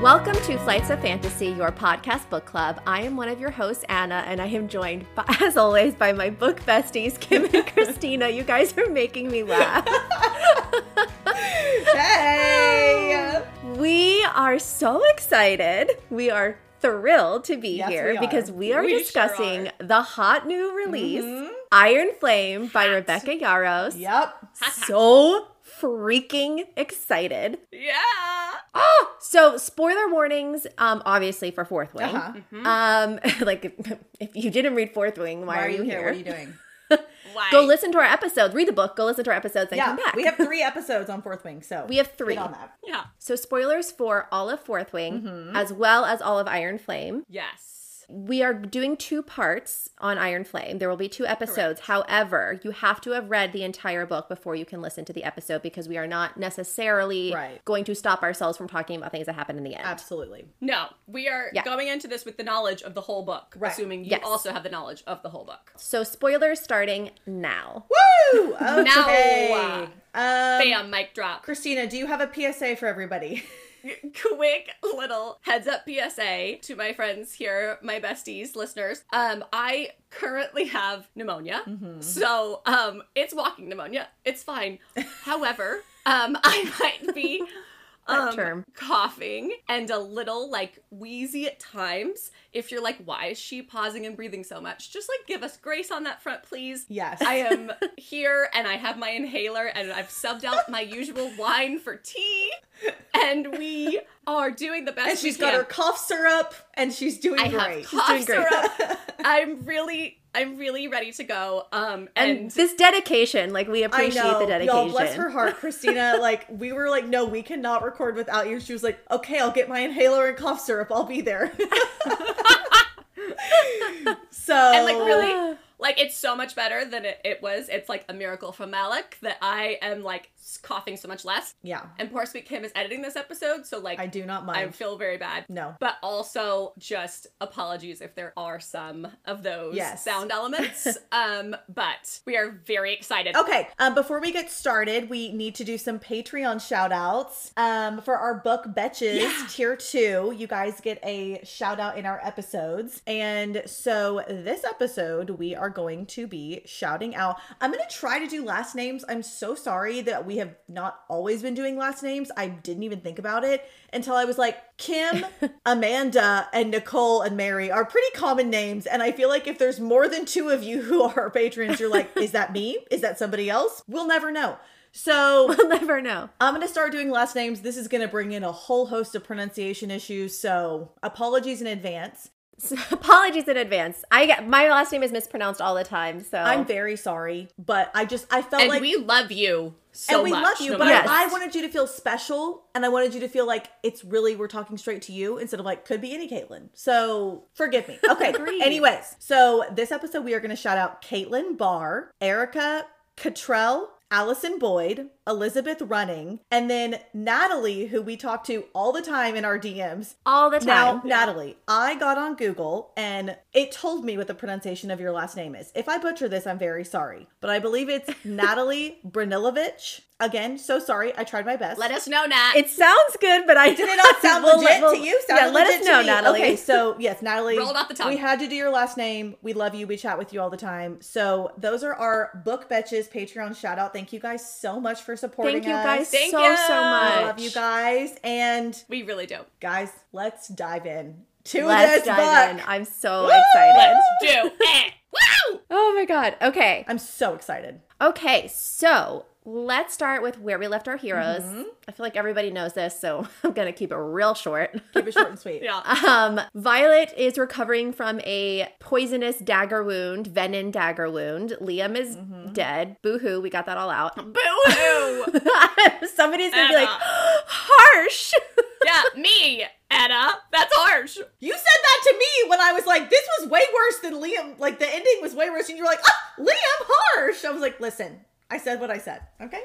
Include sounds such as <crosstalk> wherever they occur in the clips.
Welcome to Flights of Fantasy, your podcast book club. I am one of your hosts, Anna, and I am joined, <laughs> by, as always, by my book besties, Kim <laughs> and Christina. You guys are making me laugh. Hey! We are so excited. We are thrilled to be Yes, here we are. because we are We sure discussing are. Mm-hmm. the hot new release, Iron Flame by Rebecca Yaros. Yep. So freaking excited. Oh, Yeah. So, spoiler warnings, um, obviously for Fourth Wing. Uh-huh. Um, <laughs> like if you didn't read Fourth Wing, why, Why are you here? What are you <laughs> doing? Why? Go listen to our episodes. Read the book. Go listen to our episodes. Then yeah, come back. we have three episodes on Fourth Wing, so we have three. get on that. Yeah. So spoilers for all of Fourth Wing, Mm-hmm. as well as all of Iron Flame. Yes. We are doing two parts on Iron Flame. There will be two episodes. However, you have to have read the entire book before you can listen to the episode because we are not necessarily Right. going to stop ourselves from talking about things that happen in the end. Absolutely. No, we are Yeah. going into this with the knowledge of the whole book, Right. assuming you Yes. also have the knowledge of the whole book. So spoilers starting now. Woo! <laughs> Okay. Um, uh, Bam, mic drop. Christina, do you have a PSA for everybody? <laughs> <laughs> quick little heads up PSA to my friends here, my besties, listeners. Um, I currently have pneumonia, Mm-hmm. so um, it's walking pneumonia. It's fine. <laughs> However, um, I might be. That um, term. coughing and a little like wheezy at times. If you're like, why is she pausing and breathing so much? Just like give us grace on that front, please. Yes. <laughs> I am here and I have my inhaler and I've subbed out my usual wine for tea. And we are doing the best and she's we got can. her cough syrup, and she's doing I have great. cough She's doing <laughs> syrup. I'm really I'm really ready to go. Um And, and, this dedication, like we I appreciate know. the dedication. Y'all, bless <laughs> her heart, Christina. like we were like, no, we cannot record without you. She was like, okay, I'll get my inhaler and cough syrup. I'll be there. <laughs> so and <sighs> like really like it's so much better than it, it was. It's like a miracle from Malik that I am like coughing so much less. yeah, And poor sweet Kim is editing this episode, so like I do not I mind. feel very bad. No. But also just apologies if there are some of those Yes. <laughs> sound elements. um, but we are very excited. Okay, um, before we get started, we need to do some Patreon shout outs. Um, for our book Betches Tier 2, you guys get a shout out in our episodes. And so this episode, we are going to be shouting out. I'm going to try to do last names. I'm so sorry that we have not always been doing last names. I didn't even think about it until I was like, <laughs> Kim, Amanda, and Nicole and Mary are pretty common names. And I feel like if there's more than two of you who are our patrons, you're like, is that me? Is that somebody else? We'll never know. <laughs> So We'll never know. I'm going to start doing last names. This is going to bring in a whole host of pronunciation issues. So apologies in advance. So, <laughs> apologies in advance. I get my last name is mispronounced all the time, so I'm very sorry, but I just, I felt Oh. And like. we love you so and we much, love you, no but Yes. matter I, I wanted you to feel special, and I wanted you to feel like it's really we're talking straight to you instead of like could be any Caitlin. So forgive <laughs> me. Okay. Anyways, so this episode we are going to shout out Caitlin Barr, Erica Cottrell. Allison Boyd, Elizabeth Running, and then Natalie, who we talk to all the time in our DMs. all the time. Now, Natalie, I got on Google and it told me what the pronunciation of your last name is. If I butcher this, I'm very sorry, but I <laughs> believe it's Natalie Branilovich. Again, so sorry. I tried my best. Let us know, Nat. It sounds good, but I <laughs> Did it not sound We'll- legit we'll- to you? yeah, Sounded let legit us to know, me. Natalie. Okay, so yes, Natalie. Rolled off the tongue. We had to do your last name. We love you. We chat with you all the time. So those are our book betches Patreon shout out. Thank you guys so much for supporting Thank you us. guys Thank so you. so much. I love you guys. And we really do. guys, let's dive in to Let's this dive book. in. I'm so Woo! excited. Let's <laughs> do it. Woo! Oh my god. Okay. I'm so excited. Okay. So let's start with where we left our heroes. I feel like everybody knows this, so <laughs> I'm going to keep it real short. <laughs> Keep it short and sweet. <laughs> Yeah. Um, Violet is recovering from a poisonous dagger wound, venom dagger wound. Liam is dead. Boo hoo, we got that all out. Boo hoo! <laughs> Somebody's gonna be like, Anna. uh, harsh. yeah, me, Anna. That's harsh. You said that to me when I was like, this was way worse than Liam. Like, the ending was way worse. And you were like, oh, Liam harsh. I was like, listen, I said what I said. Okay.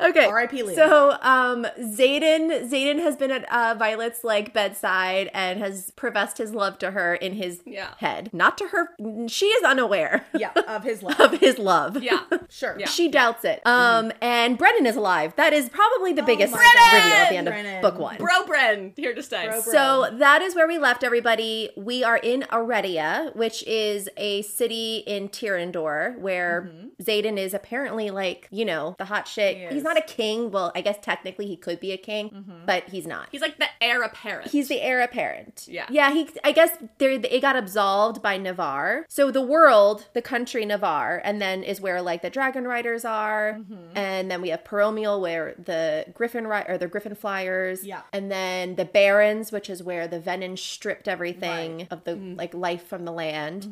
okay. R.I.P. Liam. So, um, Zayden, Zayden has been at uh, Violet's like bedside and has professed his love to her in his Yeah. head, not to her. She is unaware <laughs> <laughs> Yeah. Of his love. of his love. Yeah. <laughs> Sure. <laughs> Yeah. Mm-hmm. She doubts it. Um, and Brennan is alive. That is probably Oh the biggest my reveal at the God. end Brennan. of book one. Bro Bren, here to stay. Bro Bren. So that is where we left everybody. We are in Aredia, which is a city in Tirandor where Zayden is apparently like, you know, the hot shit. Mm-hmm. He he's is. Mm-hmm. not a king. Well, I guess technically he could be a king, but he's not. He's like the heir apparent. He's the heir apparent. Yeah. Yeah, he I guess they it got absolved by Navarre. So the world, the country Navarre, and then is where like the dragon riders are. And then we have Peromial where the griffin ri- or the griffin flyers. Yeah. And then the barons, which is where the venom stripped everything of the like life from the land.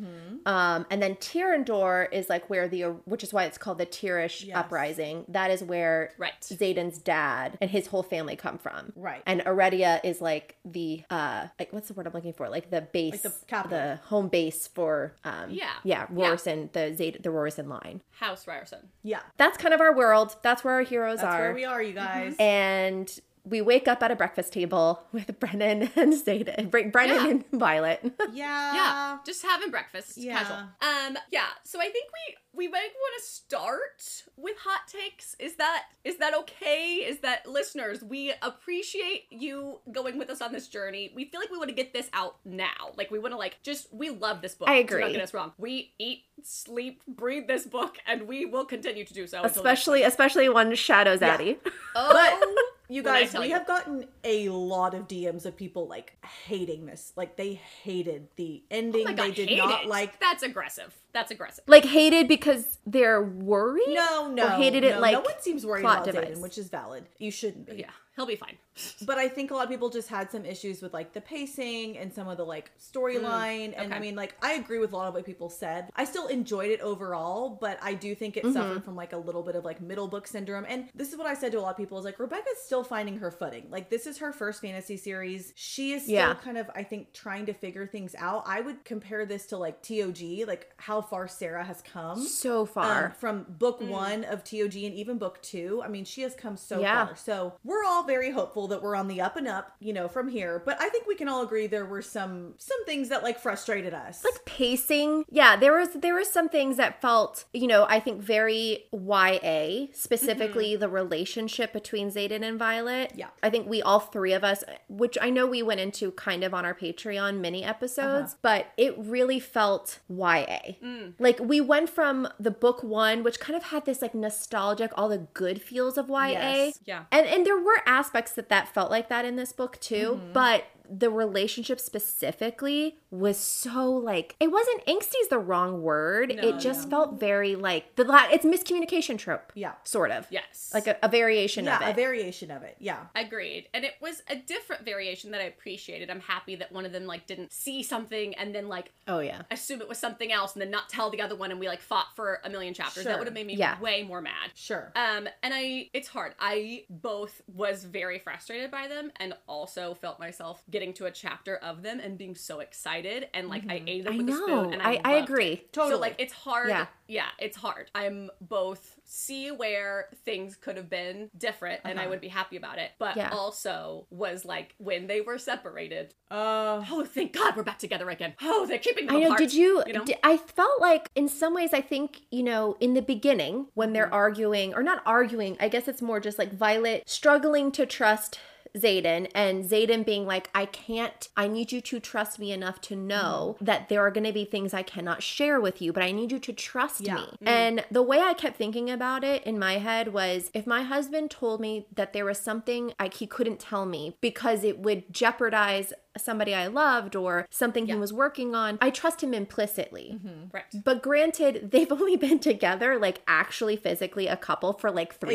Um and then Tirandor is like where the which is why it's called the Tirish Yes. uprising. That is where right. Zayden's dad and his whole family come from. Right. And Aredia is like the uh like what's the word I'm looking for? Like the base the capital. the home base for um Yeah. yeah, Yeah. Rorison, the Zayd the Rorison line. House Ryerson. yeah. That's kind of our world. That's where our heroes That's are. where we are, you Mm-hmm. guys. And we wake up at a breakfast table <laughs> with Brennan and Zayden. Bre- Brennan Yeah. and Violet. Yeah. Oh, Yeah, just having breakfast. Uh, Yeah. Casual. Um, yeah. So I think we we might want to start with hot takes. Is that is that okay? Is that listeners? We appreciate you going with us on this journey. We feel like we want to get this out now. Like we want to like just we love this book. I Do not agree. get us wrong. We eat, sleep, breathe this book, and we will continue to do so. until next- especially especially one Shadows Addy. Oh, You When I guys, tell we you. have gotten a lot of DMs of people like hating this. Like they hated the ending. Oh my God, they did hate not it. like That's aggressive. That's aggressive. <laughs> Like hated because they're worried? No, no. Or hated it no, like no one seems worried plot about device. Zayden, which is valid. You shouldn't be. Yeah, he'll be fine. But I think a lot of people just had some issues with like the pacing and some of the like storyline. And I okay. mean, like, I agree with a lot of what people said. I still enjoyed it overall, but I do think it suffered from like a little bit of like middle book syndrome. And this is what I said to a lot of people is like, Rebecca's still finding her footing. Like, this is her first fantasy series. She is still Yeah. kind of, I think, trying to figure things out. I would compare this to like TOG, like how far Sarah has come so um, far. Mm. from book one of TOG and even book two. I mean, she has come so Yeah. far. So we're all very hopeful that we're on the up and up, you know, from here. But I think we can all agree there were some some things that like frustrated us. Like pacing yeah there was there were some things that felt you know i think very ya specifically the relationship between zayden and violet Mm-hmm. Yeah. i think we all three of us which i know we went into kind of on our patreon mini episodes Uh-huh. but it really felt ya Mm. like we went from the book one which kind of had this like nostalgic all the good feels of ya Yes. Yeah. and and there were aspects that that felt like that in this book too, Mm-hmm. but the relationship specifically was so like it wasn't angsty is the wrong word. it just felt very like the la- it's miscommunication trope. Yeah. Sort of. Yes. Like a, a variation of yeah, it. a variation of it. Yeah. Agreed. And it was a different variation that I appreciated. I'm happy that one of them like didn't see something and then like oh yeah. assume it was something else and then not tell the other one and we like fought for a million chapters. Sure. That would have made me Yeah. way more mad. Sure. Um and I it's hard. I both was very frustrated by them and also felt myself getting to a chapter of them and being so excited and like I ate them Mm-hmm. I with a know. spoon and I, I, loved it. agree. totally. So like it's hard. Yeah. Yeah. it's hard. I'm both see where things could have been different and I would be happy about it, but Uh-huh. Yeah. also was like when they were separated. uh Oh, thank God we're back together again. Oh, they're keeping them I know. apart, Did you? you know? d- I felt like, in some ways, I think you know, in the beginning when they're arguing or not arguing, I guess it's more just like Violet struggling to trust Zayden and Zayden being like, "I can't. I need you to trust me enough to know that there are going to be things I cannot share with you, but I need you to trust Yeah. me." And the way I kept thinking about it in my head was, if my husband told me that there was something I, he couldn't tell me because it would jeopardize somebody I loved or something Yeah. he was working on, I trust him implicitly. Right. But granted, <laughs> they've only been together, like actually physically a couple for like three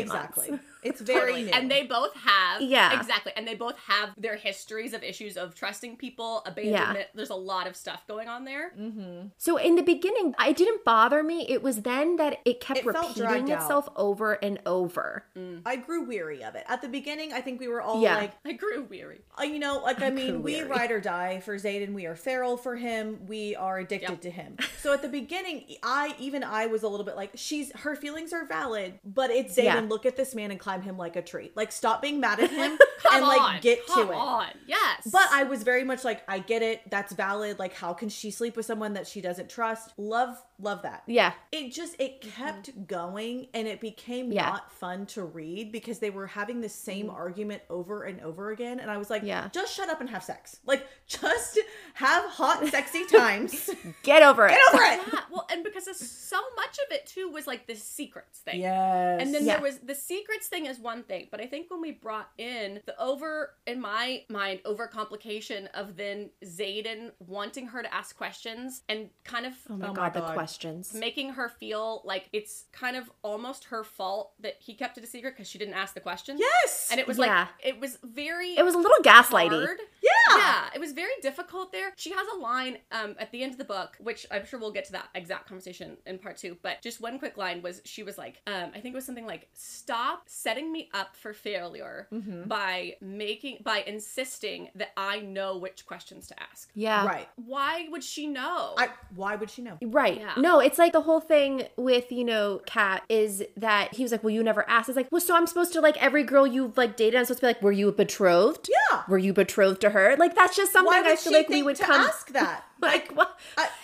<laughs> exactly. months. It's very new. And they both have. Yeah. Exactly. And they both have their histories of issues of trusting people, abandonment. There's a lot of stuff going on there. Mm-hmm. So in the beginning, it didn't bother me. It was then that it kept It felt repeating dragged out. itself over and over. I grew weary of it. At the beginning, I think we were all Yeah. like, I grew weary. Uh, you know, like I mean, we weary. ride or die for Zayden. We are feral for him. We are addicted Yep. to him. So at the beginning, I even I was a little bit like, she's her feelings are valid, but it's Zayden. Yeah. Look at this man and climb him like a tree. Like stop being mad <laughs> at him Come and like on, get come to it. on. Yes. But I was very much like, I get it. That's valid. Like, how can she sleep with someone that she doesn't trust? Love, love that. Yeah. It just it kept going and it became Yeah. not fun to read because they were having the same argument over and over again and I was like, Yeah. just shut up and have sex. Like just have hot sexy times. <laughs> Get Get over it. over it. yeah, well, and because of so much of it too was like the secrets thing. Yes. And then Yeah. there was the secrets thing is one thing, but I think when we brought in the over in my mind overcomplication of then Zayden wanting her to ask questions and kind of <laughs> Oh um, my, Oh my god, God. the questions. making her feel like it's kind of almost her fault that he kept it a secret because she didn't ask the question. Yes. And it was Yeah. like it was very It was a little gaslighty. hard. Yeah. Yeah, it was very difficult there. She has a line um, at the end of the book, which I'm sure we'll get to that exact conversation in part two. But just one quick line was she was like, um, I think it was something like, "Stop setting me up for failure Mm-hmm. by making by insisting that I know which questions to ask." Yeah. right. Why would she know? I why would she know? Right. Yeah. No, it's like the whole thing with, you know, Kat is that he was like, Well, you never asked. It's like, Well, so I'm supposed to like every girl you've like dated, I'm supposed to be like, Were you betrothed? Yeah. Were you betrothed to her? Like that's just something Why would I she feel like think we would to come ask that? like what I- <laughs>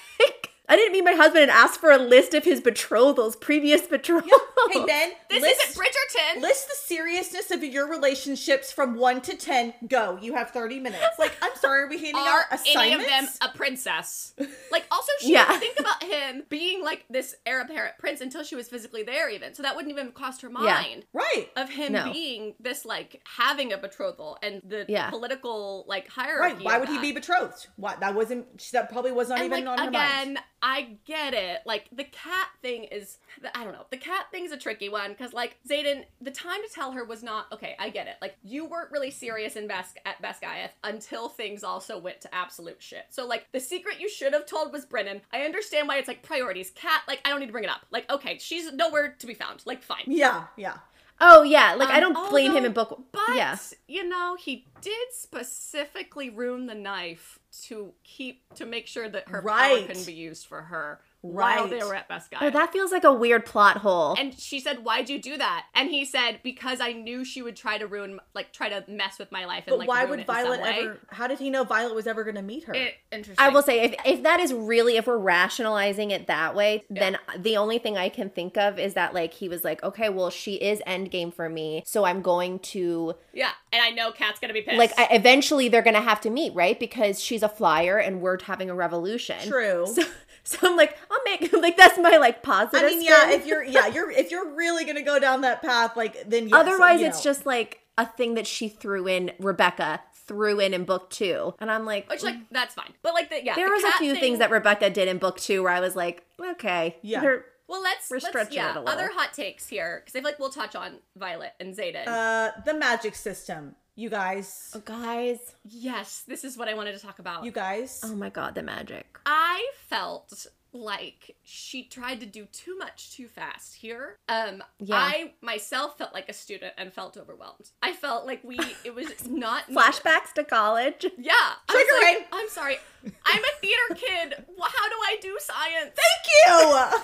I didn't meet my husband and ask for a list of his betrothals, previous <laughs> betrothals. Hey Ben, this list, isn't Bridgerton. list the seriousness of your relationships from one to ten. Go. You have thirty minutes. Like, I'm sorry, are we handing are out assignments? any of them <laughs> a princess? Like, also, she Yeah. didn't think about him being like this heir apparent prince until she was physically there, even. So that wouldn't even have crossed her Yeah. mind right. of him No. being this like having a betrothal and the Yeah. political like hierarchy. Right. Why of would he that. be betrothed? Why that wasn't that probably was not And even like on her again, mind. I get it. Like the cat thing is, I don't know. The cat thing's a tricky one because like Zayden, the time to tell her was not okay. I get it. Like you weren't really serious in Bas- at Basgaiath until things also went to absolute shit. So like the secret you should have told was Brennan. I understand why it's like priorities. Cat, like I don't need to bring it up. Like okay, she's nowhere to be found. Like fine. Yeah, yeah. Oh yeah, like I Um, don't blame him although- in book But yeah. you know, he did specifically ruin the knife to keep to make sure that her Right. power couldn't be used for her while Right. they were at Best Guy. Oh, that feels like a weird plot hole. and she said, "Why'd you do that?" And he said, "Because I knew she would try to ruin, like, try to mess with my life." And But like, why ruin would it in some Violet way." ever how did he know Violet was ever gonna meet her? It, interesting. I will say if, if that is really if we're rationalizing it that way, then the only thing I can think of is that like he was like, okay, well she is endgame for me, so I'm going to yeah, and I know Kat's gonna be pissed. like I, eventually they're gonna have to meet, right? Because she's a flyer and we're having a revolution. True. <laughs> So, <laughs> so I'm like, I'll make <laughs> like that's my like positive. I mean, yeah, spin. if you're yeah, you're if you're really gonna go down that path, like then yes, Otherwise, you it's know. just like a thing that she threw in. Rebecca threw in in book two, and I'm like, which like that's fine, but like the yeah, there the was a Kat few thing, things that Rebecca did in book two where I was like, okay, Yeah. they're- Well, let's We're let's- stretching yeah, it a little. other hot takes here because I feel like we'll touch on Violet and Zayden. uh the magic system. You guys. Oh, guys, yes, this is what I wanted to talk about. You guys. oh my god, the magic. I felt like she tried to do too much too fast here. Um Yeah. I myself felt like a student and felt overwhelmed. I felt like we it was not Flashbacks to college. <laughs> Yeah. I was Triggering. like, I'm sorry. I'm a theater kid. Wh- How do I do science? <laughs> Thank you.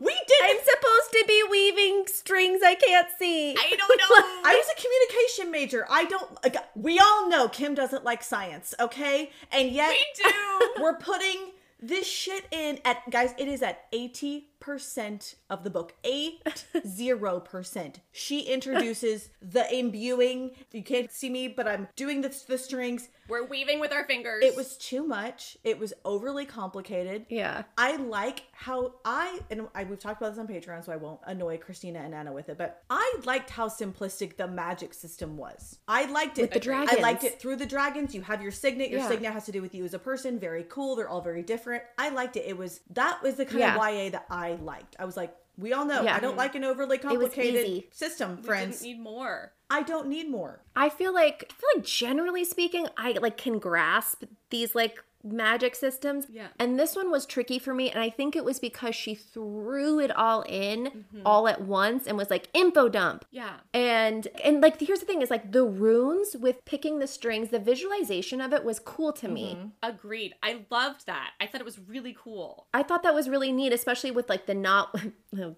we did I'm supposed to be weaving strings I can't see. <laughs> I don't know. I was a communication major. I don't. like, We all know Kim doesn't like science, okay? And yet we do. we're putting this shit in at guys. It is at eighty percent of the book. Eight zero percent. She introduces the imbuing. You can't see me, but I'm doing the, the strings. <laughs> We're weaving with our fingers. It was too much. It was overly complicated. Yeah. I like how I and I we've talked about this on Patreon, so I won't annoy Christina and Anna with it. But I liked how simplistic the magic system was. I liked it. With the I liked dragons. it through the dragons. You have your signet. Your Yeah. signet has to do with you as a person. Very cool. They're all very different. I liked it. It was that was the kind Yeah. of YA that I liked. I was like. We all know Yeah. I don't like an overly easy. complicated system, we didn't friends. need more. I don't need more. I feel like I feel like generally speaking, I like can grasp these like magic systems. Yeah. And this one was tricky for me, and I think it was because she threw it all in Mm-hmm. all at once and was like info dump. Yeah. And and like here's the thing is like the runes with picking the strings, the visualization of it was cool to me. Mm-hmm. Agreed. I loved that. I thought it was really cool. I thought that was really neat, especially with like the <laughs> knot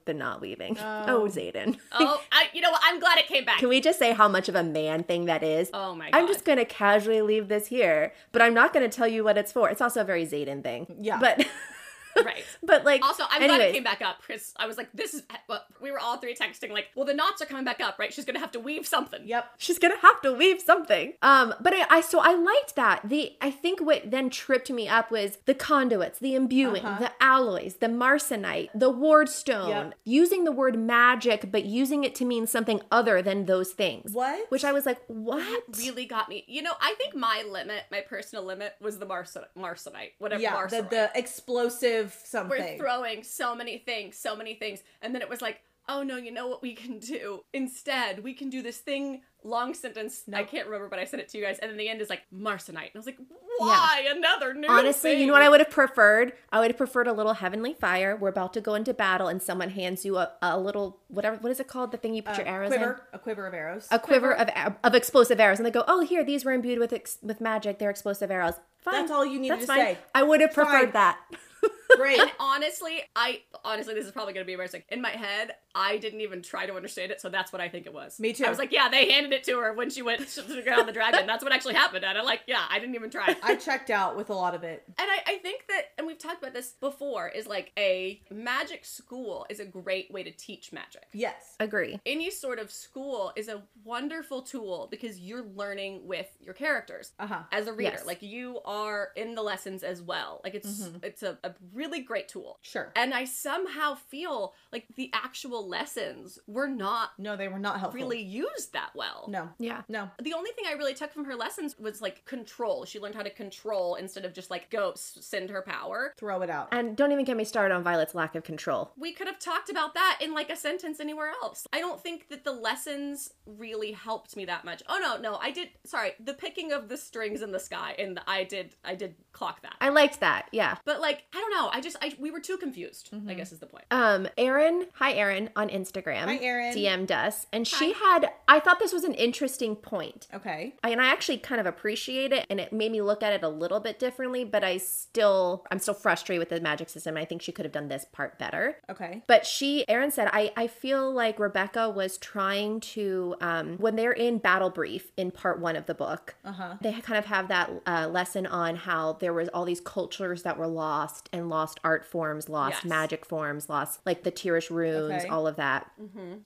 the knot weaving. Oh, Zayden. <laughs> Oh, I, you know what? I'm glad it came back. Can we just say how much of a man thing that is? Oh my I'm God. just gonna casually leave this here, but I'm not gonna tell you what it's for. It's also a very Zayden thing. Yeah. But <laughs> right. but like Also, I'm glad anyways, it came back up because I was like, this is. Well, we were all three texting, like, well, the knots are coming back up, right? She's going to have to weave something. Yep. She's gonna have to leave something. Um, but I, I so I liked that. The I think what then tripped me up was the conduits, the imbuing, the alloys, the marcenite, the wardstone. Uh-huh. Yep. Using the word magic, but using it to mean something other than those things. What? Which I was like, what? Really got me. You know, I think my limit, my personal limit, was the marson- marcenite, whatever Yeah, the, marcenite. the explosive We're something. throwing so many things, so many things. And then it was like, oh no, you know what we can do? Instead, we can do this thing, long sentence. I can't remember, but I sent it to you guys. And then the end is like, Marcenite. And I was like, why another new Honestly, you thing? know what I would have preferred? I would have preferred a little heavenly fire. We're about to go into battle, and someone hands you a, a little whatever. What is it called? The thing you put your arrows in? Uh, quiver, a quiver of arrows. A quiver, of of explosive arrows, and they go, "Oh, here, these were imbued with ex- with magic. They're explosive arrows." Fine. That's all you needed That's to fine. say. I would have preferred Fine. <laughs> that. Great. <laughs> honestly, I honestly, this is probably gonna be embarrassing. In my head, I didn't even try to understand it, so that's what I think it was. Me too. I was like, yeah, they handed it to her when she went <laughs> to figure out the dragon. That's what actually happened. And I'm like, yeah, I didn't even try. I checked out with a lot of it. And I, I think that, and we've talked about this before, is like a magic school is a great way to teach magic. Yes. Agree. Any sort of school is a wonderful tool because you're learning with your characters Uh-huh. as a reader. Yes. Like you are in the lessons as well. Like it's Mm-hmm. it's a, a really great tool. Sure. And I somehow feel like the actual lessons were not No, they were not helpful. really used that well. No. Yeah. No. The only thing I really took from her lessons was like control. She learned how to control instead of just like go s- send her power. Throw it out. And don't even get me started on Violet's lack of control. We could have talked about that in like a sentence anywhere else. I don't think that the lessons really helped me that much. Oh no, no, I did. Sorry, the picking of the strings in the sky, and I did, I did clock that. I liked that. Yeah. but like, I don't know. I just, I we were too confused. I guess is the point. Um, Erin, hi Erin on Instagram. Hi, Erin. DM'd us, and she had. I thought this was an interesting point. okay. I- and I actually kind of appreciate it and it made me look at it a little bit differently, but I still I'm still frustrated with the magic system. and I think she could have done this part better. Okay. But she, Erin said, I, I feel like Rebecca was trying to, um, when they're in Battle Brief in part one of the book, uh-huh. they kind of have that uh, lesson on how there was all these cultures that were lost and lost art forms, lost Yes. magic forms, lost like the Tirish runes, Okay. all of that.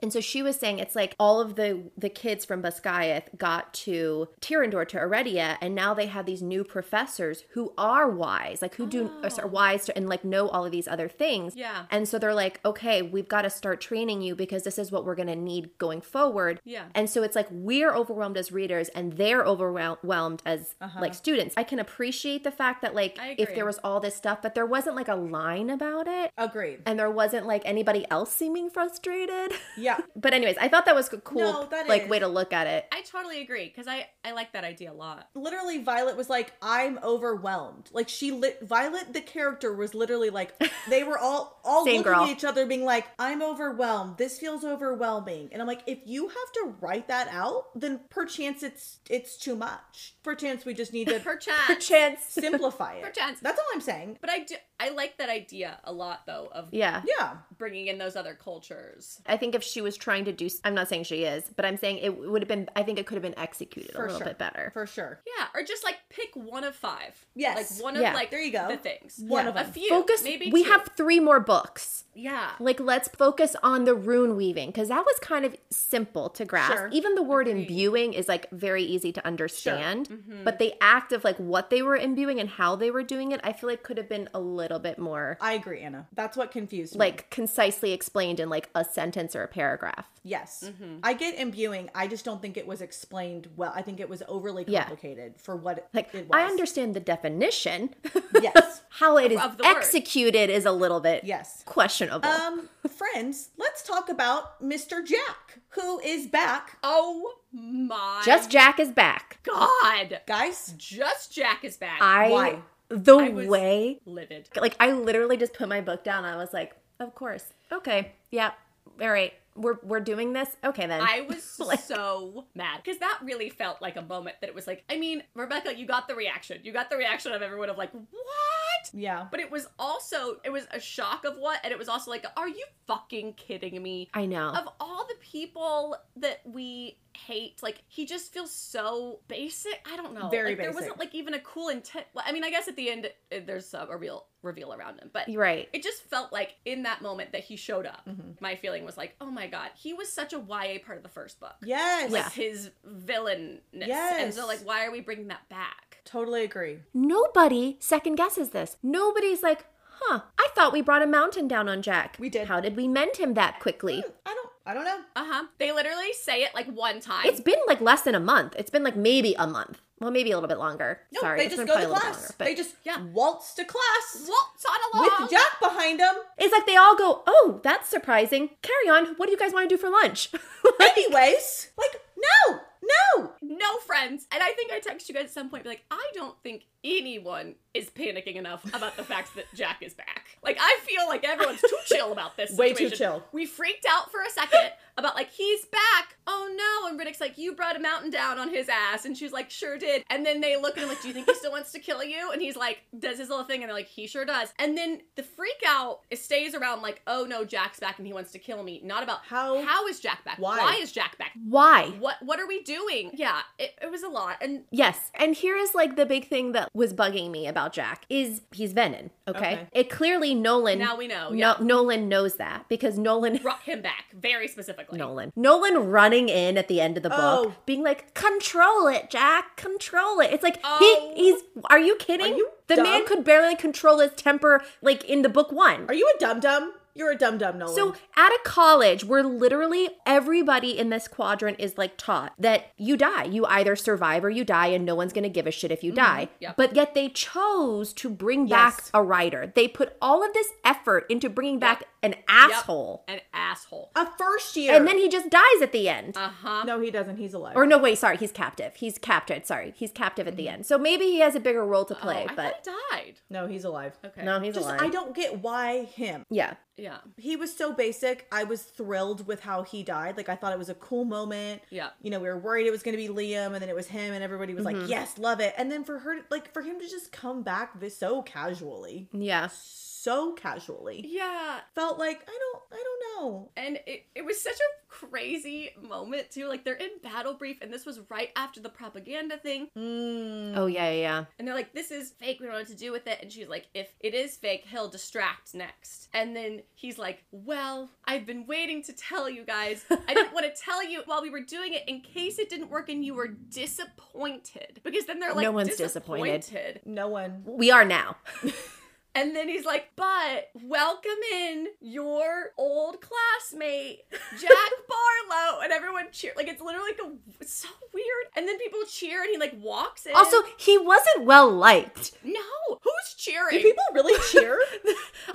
And so she was saying it's like all of the the kids from Baskayeth got to Tirandor to Eredia, and now they have these new professors who are wise, like who do or sorry, wise to, and like know all of these other things. Yeah. And so they're like, okay, we've got to start training you because this is what we're going to need going forward. Yeah. And so it's like we're overwhelmed as readers and they're overwhelmed as like students. I can appreciate the fact that like I if agree. there was all this stuff, but there wasn't like a line about it. Agreed. And there wasn't like anybody else seeming frustrated. <laughs> Yeah. But anyways, I thought that was a cool No, that like is. way to look at it. I totally agree because I, I like that idea a lot. Literally, Violet was like, "I'm overwhelmed." Like she, lit Violet, the character, was <laughs> literally like, they were all all Same looking girl. at each other, being like, "I'm overwhelmed. This feels overwhelming." And I'm like, if you have to write that out, then perchance it's it's too much. Perchance we just need to <laughs> Perchance. Chance. simplify it. Perchance. That's all I'm saying. But I do I like that idea a lot though of <laughs> Yeah. Yeah. bringing in those other cultures. I think if she was trying to do, I'm not saying she is, but I'm saying it would have been, I think it could have been executed For a little sure. bit better. For sure. Yeah, or just like pick one of five. Yes. like one of Yeah. like There you go. the things. One of a them. few. focus, Maybe we two. have three more books. yeah. Like, let's focus on the rune weaving because that was kind of simple to grasp. Sure. Even the word imbuing is like very easy to understand, but the act of like what they were imbuing and how they were doing it, I feel like could have been a little bit more I agree, Anna. That's what confused me. like concisely explained in like a sentence or a paragraph. Yes. Mm-hmm. I get imbuing. I just don't think it was explained well. I think it was overly Yeah. complicated for what it, Like, it was. I understand the definition. <laughs> <laughs> Yes. how it is Of the word. executed is a little bit Yes. questionable. um, friends, let's talk about Mr. Jack, who is back. Oh my Just Jack is back. god. Guys, Just Jack is back. I Why? the was- way livid. like I literally just put my book down. I was like, of course, okay, yeah, all right, we're we're doing this. Okay then. I was so mad because that really felt like a moment that it was like, I mean, Rebecca, you got the reaction. You got the reaction of everyone of like, what? yeah. But it was also, it was a shock of what? And it was also like, are you fucking kidding me? I know. Of all the people that we hate, like, he just feels so basic. I don't know. Very like, There basic. wasn't like even a cool intent. Well, I mean, I guess at the end, uh, there's uh, a real reveal around him. But You're right. it just felt like in that moment that he showed up, Mm-hmm. my feeling was like, oh my god, he was such a YA part of the first book. Yes. Like his villainness. And so, Yes. like, why are we bringing that back? Totally agree. Nobody second guesses this. Nobody's like, huh? I thought we brought a mountain down on Jack. We did. Mm. How did we mend him that quickly? I don't I don't know. Uh huh. They literally say it like one time. It's been like less than a month. It's been like maybe a month. Well, maybe a little bit longer. No, Sorry, they it's been just go to probably a little class. bit longer, Mm. they just Yeah. waltz to class waltz on along. with Jack behind them. It's like they all go, oh, that's surprising. Carry on. What do you guys want to do for lunch? <laughs> Anyways, like no, no. no friends. And I think I text you guys at some point, be like, I don't think anyone is panicking enough about the fact that Jack is back. Like, I feel like everyone's too chill about this. Way too situation. chill. We freaked out for a second about like he's back. Oh no! And Riddick's like, you brought a mountain down on his ass, and she's like, sure did. And then they look at him like, do you think he still wants to kill you? And he's like, does his little thing, and they're like, he sure does. And then the freak out it stays around like, oh no, Jack's back and he wants to kill me. Not about How- how is Jack back? Why? Why is Jack back? Why? what what are we doing yeah it, it was a lot and Yes. And here is like the big thing that was bugging me about Jack is he's Venom. Okay. Okay. It clearly Nolan Now we know, No- yeah. Nolan knows that because Nolan brought him back very <laughs> specifically Nolan. Nolan running in at the end of the book, Oh. being like, control it, Jack, control it. It's like Oh. he he's are you kidding? Are you the dumb? man could barely control his temper like in the book one. Are you a dum dum? You're a dum dum, Nolan. So at a college where literally everybody in this quadrant is like taught that you die, you either survive or you die, and no one's gonna give a shit if you die. Yep. But yet they chose to bring back Mm-hmm. Yes. a writer. They put all of this effort into bringing back an asshole, an asshole a first year. and then he just dies at the end. uh-huh no, he doesn't. He's alive. or no, wait, sorry, he's captive. He's captured. Sorry, he's captive at the Mm-hmm. end. So maybe he has a bigger role to Oh, play. Oh, i but thought he died no, he's alive. okay no, he's Just alive. I don't get why him. yeah. yeah He was so basic. I was thrilled with how he died. Like I thought it was a cool moment. Yeah. You know, we were worried it was going to be Liam, and then it was him, and everybody was like, "Yes, love it." And then for her, like for him to just come back this so casually, Yeah. so casually, yeah felt like I don't, I don't know. and it, it was such a crazy moment too like they're in battle brief and this was right after the propaganda thing Mm, Oh yeah, yeah, yeah. and they're like this is fake we don't know what to do with it and she's like if it is fake he'll distract next and then he's like well i've been waiting to tell you guys i <laughs> didn't want to tell you while we were doing it in case it didn't work and you were disappointed because then they're like No one's disappointed. disappointed. No one. We are now. And then he's like, but welcome in your old classmate, Jack <laughs> Barlow. And everyone cheer. Like, it's literally like a, it's so weird. And then people cheer and he like walks in. also, he wasn't well liked. no, who's cheering? Do people <laughs> really cheer?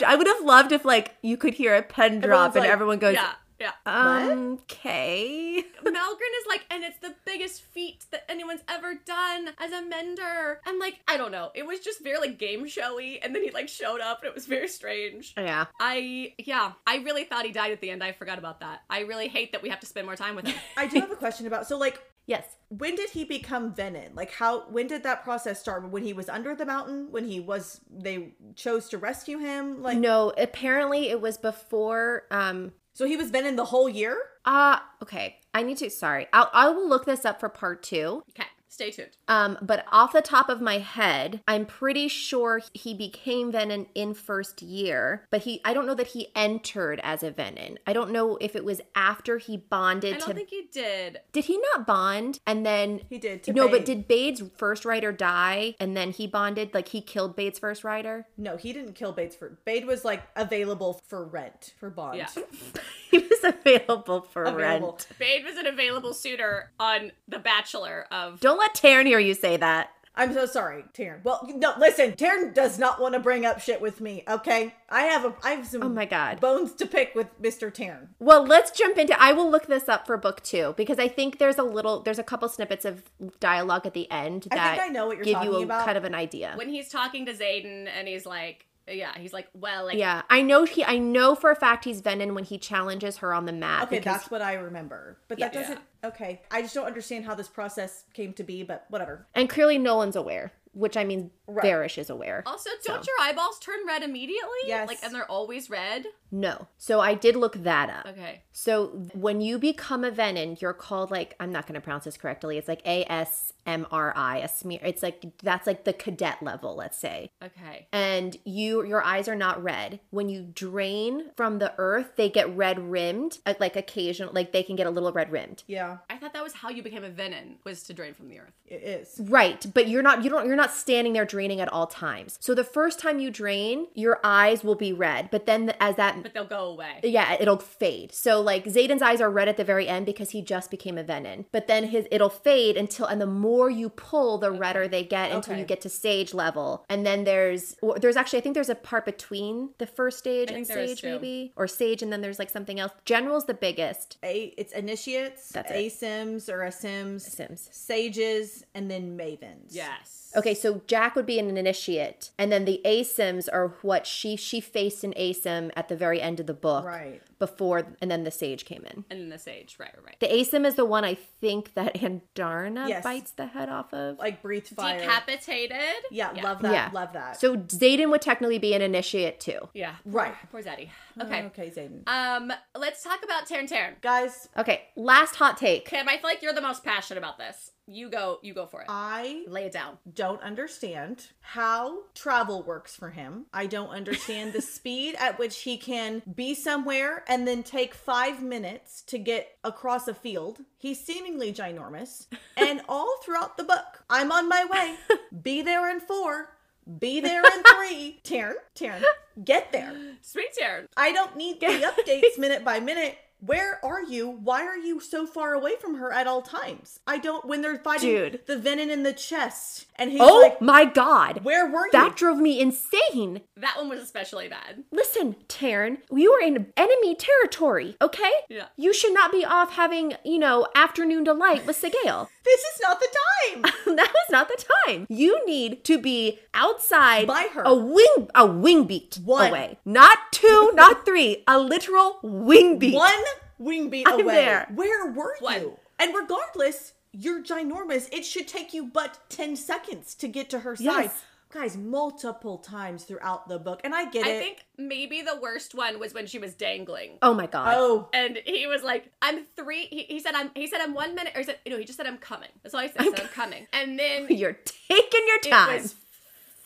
I would have loved if like you could hear a pen drop Everyone's and like, everyone goes, yeah, yeah. um, okay. Malgren is like, and it's the biggest feat that anyone's ever done as a mender. And like, I don't know. It was just very like game showy. And then he like showed up and it was very strange. Yeah. I, yeah, I really thought he died at the end. I forgot about that. I really hate that we have to spend more time with him. I do have a question about so like Yes. When did he become Venom? Like how when did that process start? When he was under the mountain? When he was they chose to rescue him? Like No, apparently it was before um so he was Venom the whole year? uh okay. I need to sorry. I'll I will look this up for part 2. Okay, stay tuned. Um but off the top of my head, I'm pretty sure he became Venom in first year, but he I don't know that he entered as a Venom. I don't know if it was after he bonded I to don't think you did. Did he not bond and then He did, to no, but Bade. did Bade's first rider die and then he bonded like he killed Bade's first rider? No, he didn't kill Bates for Bade was like available for rent for bond. Yeah. <laughs> He was available for Available. rent. Bade was an available suitor on The Bachelor of Don't let Taryn hear you say that. I'm so sorry, Taryn. Well, no, listen, Taryn does not want to bring up shit with me, okay? I have a I have some Oh my God. bones to pick with Mr. Taryn. Well, let's jump into I will look this up for book 2 because I think there's a little there's a couple snippets of dialogue at the end I that think I know what you're give you talking a about. kind of an idea. when he's talking to Zayden and he's like, yeah, he's like, well, like, yeah, I know he I know for a fact he's Venom when he challenges her on the mat Okay, because that's what I remember. But that Yeah. doesn't okay. I just don't understand how this process came to be, but whatever. and clearly Nolan's aware, which I mean Barish is aware. Also, don't your eyeballs turn red immediately? Yes. Like, and they're always red? No. So I did look that up. Okay. So when you become a venom, you're called like I'm not going to pronounce this correctly. It's like A S M R I, a smear. It's like that's like the cadet level, let's say. Okay. And you your eyes are not red. When you drain from the earth, they get red rimmed. uh, Like occasional, like they can get a little red rimmed. Yeah, I thought that was how you became a venom, was to drain from the earth. it is. Right, but you're not you don't you're not standing there draining at all times. So the first time you drain, your eyes will be red, but then as that But they'll go away. yeah, it'll fade. So like Zayden's eyes are red at the very end because he just became a venom. But then his it'll fade until and the more you pull, the redder they get until Okay. you get to sage level. And then there's or there's actually I think there's a part between the first stage and think there is sage too. maybe or sage and then there's like something else. General's the biggest. A it's initiates, That's it. ASIMs or SIMs, Sims. sages, and then mavens. Yes. Okay, so Jack would be an initiate, and then the ASIMs are what she she faced an ASIM at the very end of the book, Right. Before and then the sage came in. And then the sage. Right, right, right. The ASIM is the one I think that <laughs> Andarna Yes. bites the head off of. Like breathe fire. Decapitated. yeah, Yeah. love that. Yeah. Love that. so Zayden would technically be an initiate too. Yeah. Right. Poor Zaddy. okay, Okay. okay Zayden. Um, let's talk about Taryn Taryn. Guys, Okay, last hot take. Kim, I feel like you're the most passionate about this. You go, you go for it. I Lay it down. don't understand how travel works for him. I don't understand the speed at which he can be somewhere and then take five minutes to get across a field. He's seemingly ginormous. And all throughout the book, I'm on my way. Be there in four. Be there in three. Taryn, Taryn, get there. Sweet Taryn. I don't need <laughs> the updates minute by minute. Where are you? Why are you so far away from her at all times? I don't. When they're fighting Dude. the venom in the chest, and he's Oh like, my god. "Where were you?" that drove me insane. That one was especially bad. Listen, Taryn, you are in enemy territory, okay? Yeah. You should not be off having, you know, afternoon delight with Segale. this is not the time. <laughs> that was not the time. You need to be outside By her. a wing a wing beat One. away. Not two, not three, a literal wing beat. One wing beat I'm away. there. Where were One. you? And regardless, you're ginormous. It should take you but ten seconds to get to her side. Yes. Guys, multiple times throughout the book, and I get I it. think maybe the worst one was when she was dangling. Oh my god. oh, And he was like, "I'm three. He, he said, "I'm." He said, "I'm one minute." Or he said, "No." He just said, "I'm coming." That's all he said. He said, "I'm coming." And then <laughs> You're taking your it time. was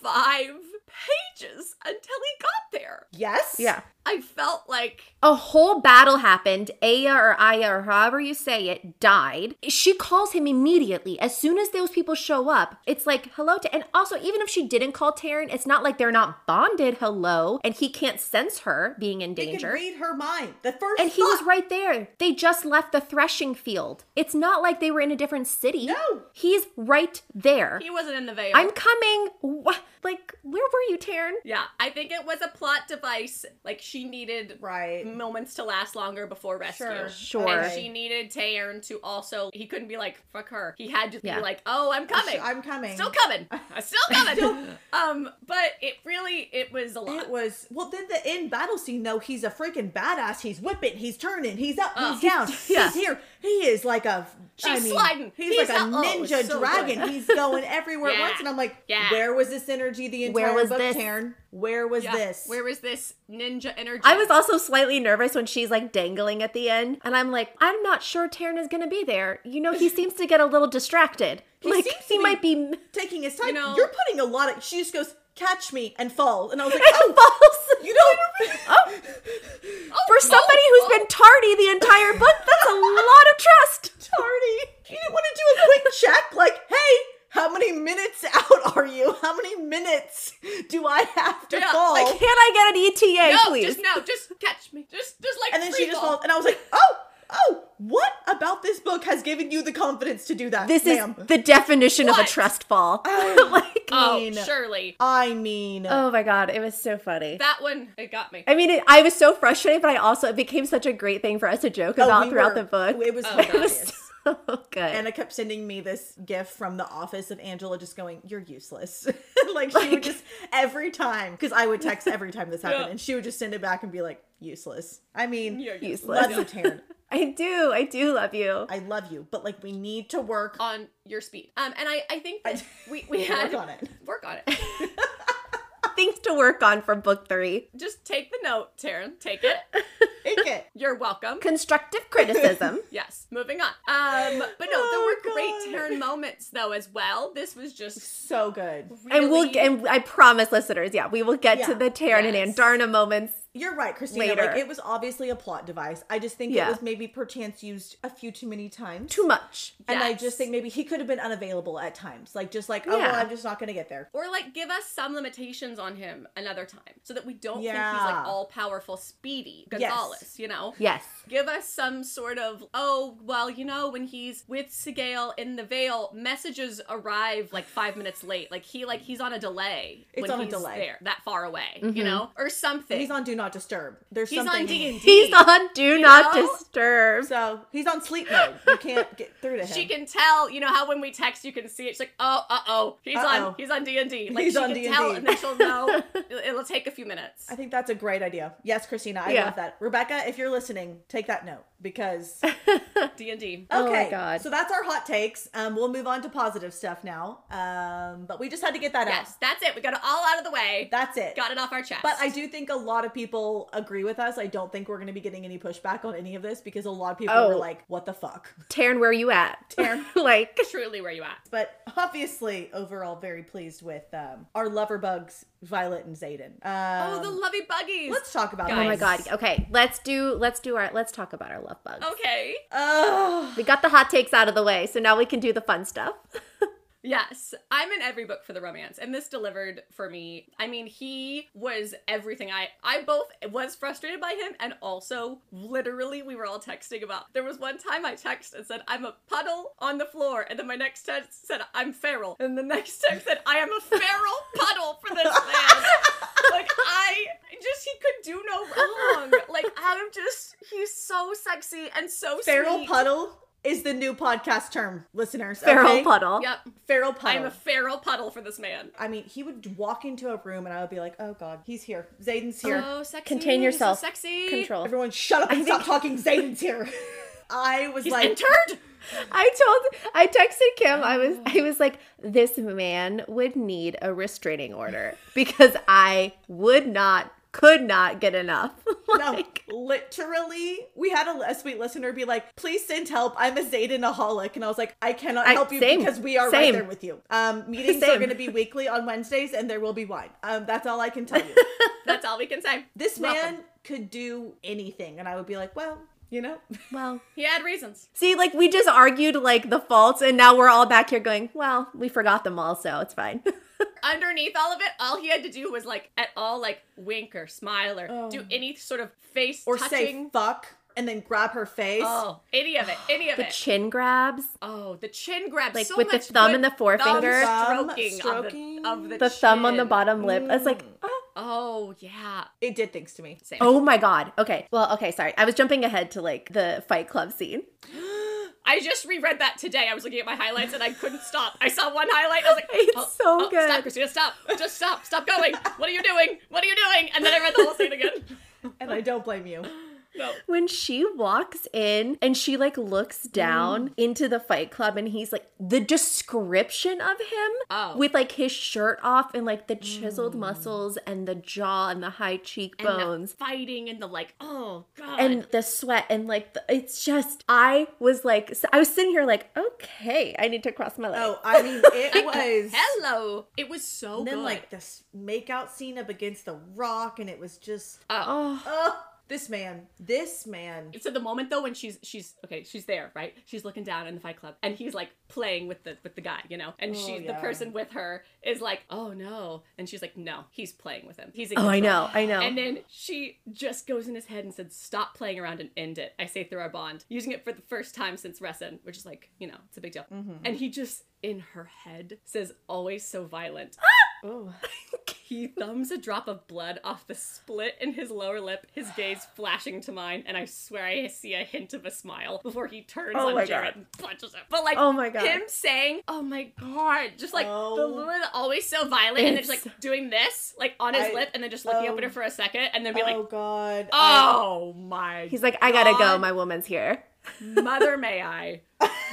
five pages until he got there. yes, yeah. I felt like A whole battle happened. Aya or Aya or however you say it died. She calls him immediately. As soon as those people show up, it's like, hello. To-. And also, even if she didn't call Taryn, it's not like they're not bonded. Hello. And he can't sense her being in You can danger. read her mind. The first And he was thought- right there. They just left the threshing field. It's not like they were in a different city. No. He's right there. he wasn't in the veil. I'm coming. Wha- Like, where were you, Taryn. Yeah, I think it was a plot device. Like she needed Right. moments to last longer before rescue. Sure. Sure. And she needed Taryn to also. He couldn't be like fuck her. He had to Yeah. be like, oh, I'm coming. I'm coming. Still <laughs> coming. I'm still coming. <laughs> um, but it really it was a lot. It was well. Then the end battle scene, though, he's a freaking badass. He's whipping. He's turning. He's up. Oh. he's down. <laughs> Yeah. He's here. He is like a. I She's mean, sliding. He's, He's like a up- oh, it's ninja so dragon. good. <laughs> he's going everywhere Yeah. at once, and I'm like, Yeah. where was this energy the entire Where was book, this? Taryn? Where was Yeah. this? Where was this ninja energy? I was also slightly nervous when she's like dangling at the end, and I'm like, I'm not sure Taryn is gonna be there. You know, <laughs> he seems to get a little distracted. like seems he to be- might <laughs> be taking his time? You know- are putting a lot of. She just goes, catch me and fall, and I <laughs> was <laughs> like, false. oh, you know, oh, Oh, for somebody oh, who's oh. been tardy the entire book, that's a lot of trust. <laughs> tardy. You didn't want to do a quick check, like, hey. How many minutes out are you? How many minutes do I have to Yeah, fall? Can I get an ETA, No, please? just no, just catch me. Just just like and then free she just fall. falls, and I was like, oh, oh, what about this book has given you the confidence to do that, this ma'am? is the definition of What? a trust fall. <laughs> like, Oh, mean. surely. I mean, oh my god, it was so funny. That one it got me. I mean, it, I was so frustrated, but I also it became such a great thing for us to joke oh, about we throughout the were- book. It was Oh, hilarious. <laughs> It was so good. Anna kept sending me this gif from the office of Angela just going, You're useless. <laughs> like, she would just every time, because I would text every time this happened, Yeah. and she would just send it back and be like, Useless. I mean, You're Useless. love you, Taryn. I do, I do love you. I love you, but like, we need to work on your speed. Um, and I, I think I- that <laughs> we, <laughs> we had work on it. Work on <laughs> it. Things to work on from book three: Just take the note, Taryn. Take it. Take it. You're welcome. constructive <laughs> criticism. Yes, moving on. Um, but no, there Oh, were great God. Taryn moments though as well. This was just So good. really, And we'll get, and I promise listeners, yeah, we will get Yeah. to the Taryn Yes. and Andarna moments. You're right, Christina. later. Like it was obviously a plot device. I just think Yeah. it was maybe perchance used a few too many times. Too much. and I Yes. just think maybe he could have been unavailable at times. Like just like, oh Yeah. well, I'm just not gonna get there. or like give us some limitations on him another time so that we don't think he's Yeah. like all powerful speedy Yes. Gonzalez, you know? Yes. Give us some sort of oh well you know when he's with Sigale in the Vale messages arrive like five minutes late like he like he's on a delay It's when on a he's delay. Mm-hmm. there that far away you know or something He's on Do Not Disturb. There's he's something. on <laughs> D and He's on Do Not know? Disturb. So he's on sleep mode. You <laughs> can't get through to him. <laughs> she can tell you know how when we text you can see it she's like oh uh oh he's Uh-oh. on he's on D and D like He's she on can D&D. tell and then she'll <laughs> know it'll take a few minutes I think that's a great idea. Yes, Christina, I Yeah. love that. Rebecca, if you're listening, take that note <laughs> because okay. D <laughs> and D Oh my God. So that's our hot takes. Um, we'll move on to positive stuff now. Um, but we just had to get that yes out. that's it we got it all out of the way That's it. got it off our chest But I do think a lot of people agree with us. I don't think we're going to be getting any pushback on any of this because a lot of people were Oh. like, what the fuck? <laughs> Taryn, where are you at? Taryn. <laughs> like, oh truly where you at But obviously, overall, very pleased with um, our lover bugs, Violet and Zayden. Um, oh the lovey buggies Let's talk about Guys. oh my this. god. Okay, let's do let's do our let's talk about our love bugs. okay Ugh. We got the hot takes out of the way, so now we can do the fun stuff. Yes, I'm in every book for the romance, and this delivered for me. I mean, he was everything. I I both was frustrated by him, and also literally we were all texting about. There was one time I texted and said I'm a puddle on the floor, and then my next text said I'm feral, and the next text said I am <laughs> a feral puddle for this man. like I just he could do no wrong. Like I'm just he's so sexy and so Feral sweet. puddle is the new podcast term, listeners. Feral okay? puddle. Yep, Feral puddle. I'm a feral puddle for this man. I mean, he would walk into a room and I would be like, oh god, he's here. Zayden's here. So sexy. Contain he's so yourself. sexy. Control. Everyone, shut up and stop talking. Zayden's here. <laughs> I was He's <laughs> like, entered. I told I texted Kim. I was I was like this man would need a restraining order because I would not could not get enough. <laughs> No, literally, we had a, a sweet listener be like, "Please send help. I'm a Zaydenaholic," and I was like, "I cannot I- help you same, because we are right same. there with you." Um, meetings are Same. going to be weekly on Wednesdays, and there will be wine. Um, that's all I can <laughs> tell you. That's all we can say. this man Welcome. could do anything, and I would be like, "Well, <laughs> you know, well, He had reasons. see like we just argued like the faults and now we're all back here going, well, we forgot them all, so it's fine. <laughs> Underneath all of it, all he had to do Oh. was like at all like wink or smile or do any sort of face or say touching fuck." and then grab her face. Oh, any of it, any of The it. chin grabs. oh, the chin grab, Like, so with the much thumb good and the forefinger. thumb Thumb stroking, stroking. Of, the, of the The thumb on the chin. bottom lip. It's like, oh, Oh yeah. It did things to me. Same. oh my god. Okay. Well, okay, sorry. I was jumping ahead to like the fight club scene. I just reread that today. I was looking at my highlights and I couldn't stop. I saw one highlight. I was like, <laughs> It's oh, so oh, good. Stop, Christina, stop. Just stop. Stop going. What are you doing? What are you doing? And then I read the whole scene <laughs> again. And I don't blame you. No. When she walks in and she like looks down into the fight club and he's like the description of him Oh. with like his shirt off and like the chiseled muscles and the jaw and the high And the cheekbones. fighting and the like, oh god. and the sweat and like the, it's just i was like s- i was sitting here like okay i need to cross my legs Oh, I mean, it was. hello. It was so And good. then like this makeout scene up against the rock, and it was just Uh, oh, oh, this man, this man. so the moment though when she's she's okay she's there right she's looking down in the fight club and he's like playing with the with the guy you know Oh, and she the yeah. person with her is like oh no and she's like no he's playing with him he's in oh i control." know i know And then she just goes in his head and said, "Stop playing around and end it." I say through our bond, using it for the first time since Resin, which is like you know it's a big deal. Mm-hmm. And he just in her head says, "Always so violent." Oh, he thumbs a drop of blood off the split in his lower lip, his gaze flashing to mine, and I swear I see a hint of a smile before he turns Oh my on Jared God. and punches him. But like, Oh my God. him saying, "Oh my god," just like the Oh. little always so violent, and then just like doing this, like on his I- lip, and then just looking up oh. at her for a second, and then be oh like, God. I- "Oh my." he's like i gotta go God. my woman's here "Mother, may I?"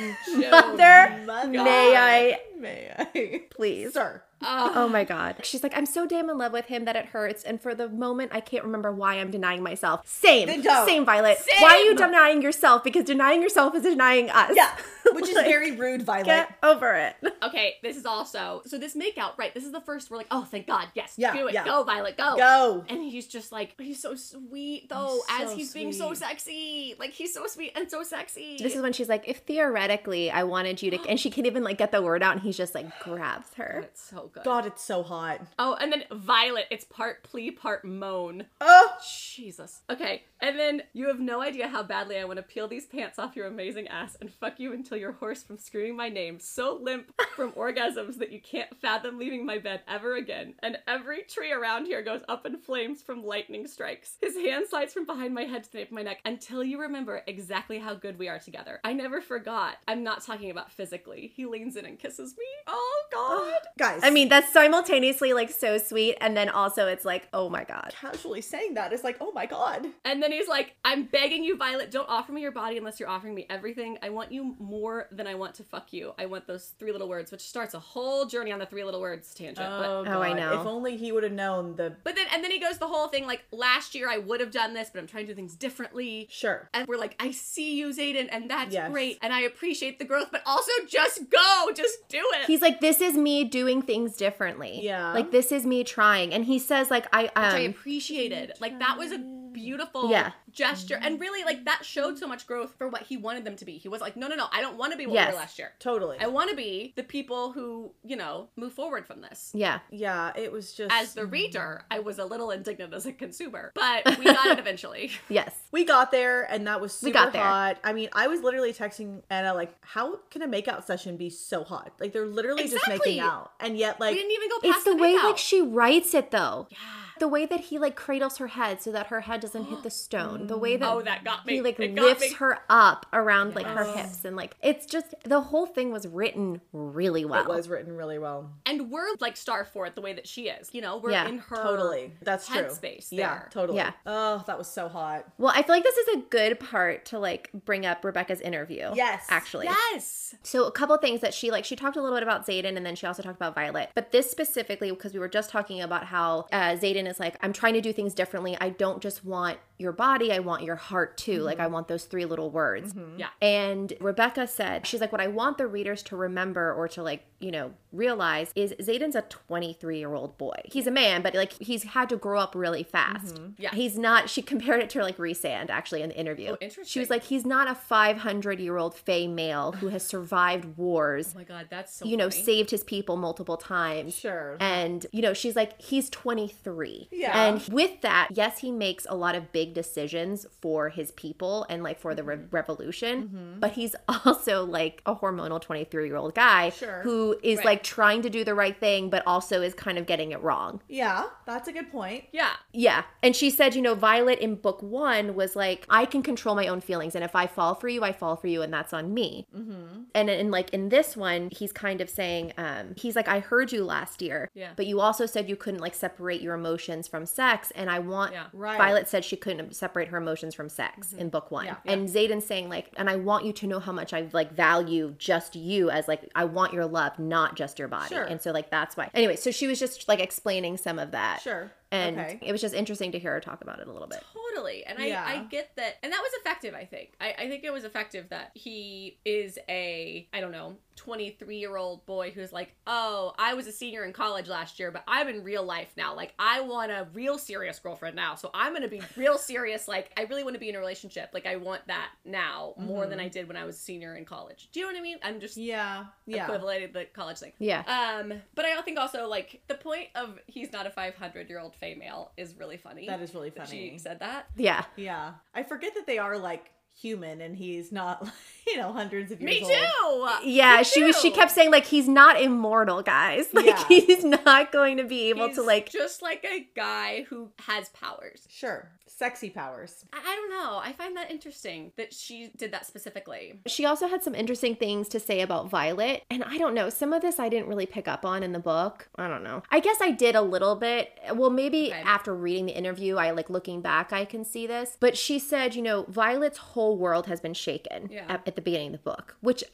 <laughs> mother Mother- may i May <laughs> I? please Sir. oh <gasps> my god she's like i'm so damn in love with him that it hurts and for the moment i can't remember why i'm denying myself same Then don't. same violet Same. why are you denying yourself because denying yourself is denying us Yeah. Which is Like, very rude, Violet. <laughs> get over it <laughs> Okay, this is also so this makeout, right? This is the first we're like, oh, thank God, yes, Yeah, do it, yeah. go, Violet, go, Go. And he's just like, he's so sweet though, He's as so he's being so sweet. sexy, like he's so sweet and so sexy. This is when she's like, if theoretically I wanted <gasps> you to, and she can't even like get the word out, and he's just like grabs her. it's so good. God, it's so hot. Oh, and then Violet, it's part plea, part moan. Oh, Jesus. Okay, and then you have no idea how badly I want to peel these pants off your amazing ass and fuck you until you're hoarse from screaming my name, so limp from orgasms that you can't fathom leaving my bed ever again. And every tree around here goes up in flames from lightning strikes. His hand slides from behind my head to the nape of my neck until you remember exactly how good we are together. I never forgot. I'm not talking about physically. He leans in and kisses me. Oh God. guys. I mean, that's simultaneously like so sweet, and then also it's like, oh my god. casually saying that is like, oh my God. And then he's like, I'm begging you, Violet, don't offer me your body unless you're offering me everything. I want you more than I want to fuck you. I want those three little words, which starts a whole journey on the three little words tangent. but, Oh, I know. If only he would have known the. but then, and then he goes the whole thing like, last year I would have done this, but I'm trying to do things differently. Sure. And we're like, I see you, Zayden, and that's Yes. great. And I appreciate the growth, but also just go, just do it. He's like, this is me doing things differently. Yeah. Like this is me trying, and he says like, I which I um, appreciated. Like that was a beautiful Yeah. gesture, and really like that showed so much growth for what he wanted them to be. He was like, no, no, no, I don't want to be what we Yes. were last year. Totally. I want to be the people who you know move forward from this. yeah. yeah, it was just. As the reader, I was a little indignant as a consumer, but we <laughs> got it eventually. Yes. we got there, and that was super We got there. hot. I mean, I was literally texting Anna like, "How can a makeout session be so hot? Like they're literally just Exactly. making out, and yet like we didn't even go past It's the way makeout. like she writes it though. Yeah. The way that he like cradles her head so that her head doesn't hit <gasps> the stone. The way that Oh, that got me. he like It got me. lifts her up around like her hips and like it's just the whole thing was written really well. it was written really well. and we're like star for it the way that she is. You know, we're Yeah, in her Totally, that's true. headspace Yeah, there. totally. Yeah. Oh, that was so hot. Well, I feel like this is a good part to like bring up Rebecca's interview. Yes. Actually. Yes. So a couple things that she like she talked a little bit about Zayden and then she also talked about Violet. But this specifically because we were just talking about how uh, Zayden is like I'm trying to do things differently. I don't just want your body, I want your heart too. Like I want those three little words. Yeah. Oh And Rebecca said she's like what I want the readers to remember or to like you know, realize is Zayden's a 23 year old boy. He's a man, but like he's had to grow up really fast. Mm-hmm. Yeah. Oh, He's not, she compared it to like Resand actually in the interview. She interesting. was like, he's not a 500 year old Fey male who has survived wars, Oh my god, that's so you know, funny. saved his people multiple times. Sure. And, you know, she's like, he's 23. Yeah. And with that, yes, he makes a lot of big decisions for his people and like for the re- Mm-hmm. revolution, but he's <laughs> also like a hormonal 23 year old guy Sure. who is Right. like trying to do the right thing, but also is kind of getting it wrong. Yeah, that's a good point. yeah. Yeah. And she said, you know, Violet in book one was like, I can control my own feelings. And if I fall for you, I fall for you. And that's on me. Mm-hmm. And in like in this one, he's kind of saying, um, he's like, I heard you last year. Yeah. But you also said you couldn't like separate your emotions from sex. And I want, Yeah. Mm-hmm. Right. Violet said she couldn't separate her emotions from sex in book one. Yeah. And Zayden's saying, like, and I want you to know how much I like value just you as like, I want your love, not just your body. Sure. And so, like, that's why. Anyway, so she was just like explaining some of that. Sure. And Okay. it was just interesting to hear her talk about it a little bit. Totally. And I, Yeah. I get that. And that was effective, I think. I, I think it was effective that he is a, I don't know, 23 year old boy who's like, oh, I was a senior in college last year, but I'm in real life now. Like, I want a real serious girlfriend now. So I'm going to be <laughs> real serious. Like, I really want to be in a relationship. Like, I want that now more than Mm-hmm. I did when I was a senior in college. Do you know what I mean? I'm just Yeah. Yeah. equivalent the college thing. Yeah. Um, but I think also like the point of he's not a 500 year old fey male is really funny. That is really that funny. She said that. Yeah. Yeah. I forget that they are like human and he's not, <laughs> you know, hundreds of years Me old. too. Uh, Yeah, Me she was she too. kept saying like he's not immortal, guys. <laughs> Like Yeah. he's not going to be able He's to like just like a guy who has powers. Sure. Sexy powers. I, I don't know. I find that interesting that she did that specifically. She also had some interesting things to say about Violet. And I don't know, some of this I didn't really pick up on in the book. I don't know. I guess I did a little bit. Well, maybe Okay. after reading the interview, I like looking back, I can see this. But she said, you know, Violet's whole world has been shaken Yeah. Mm-hmm. at, at the beginning of the book, which,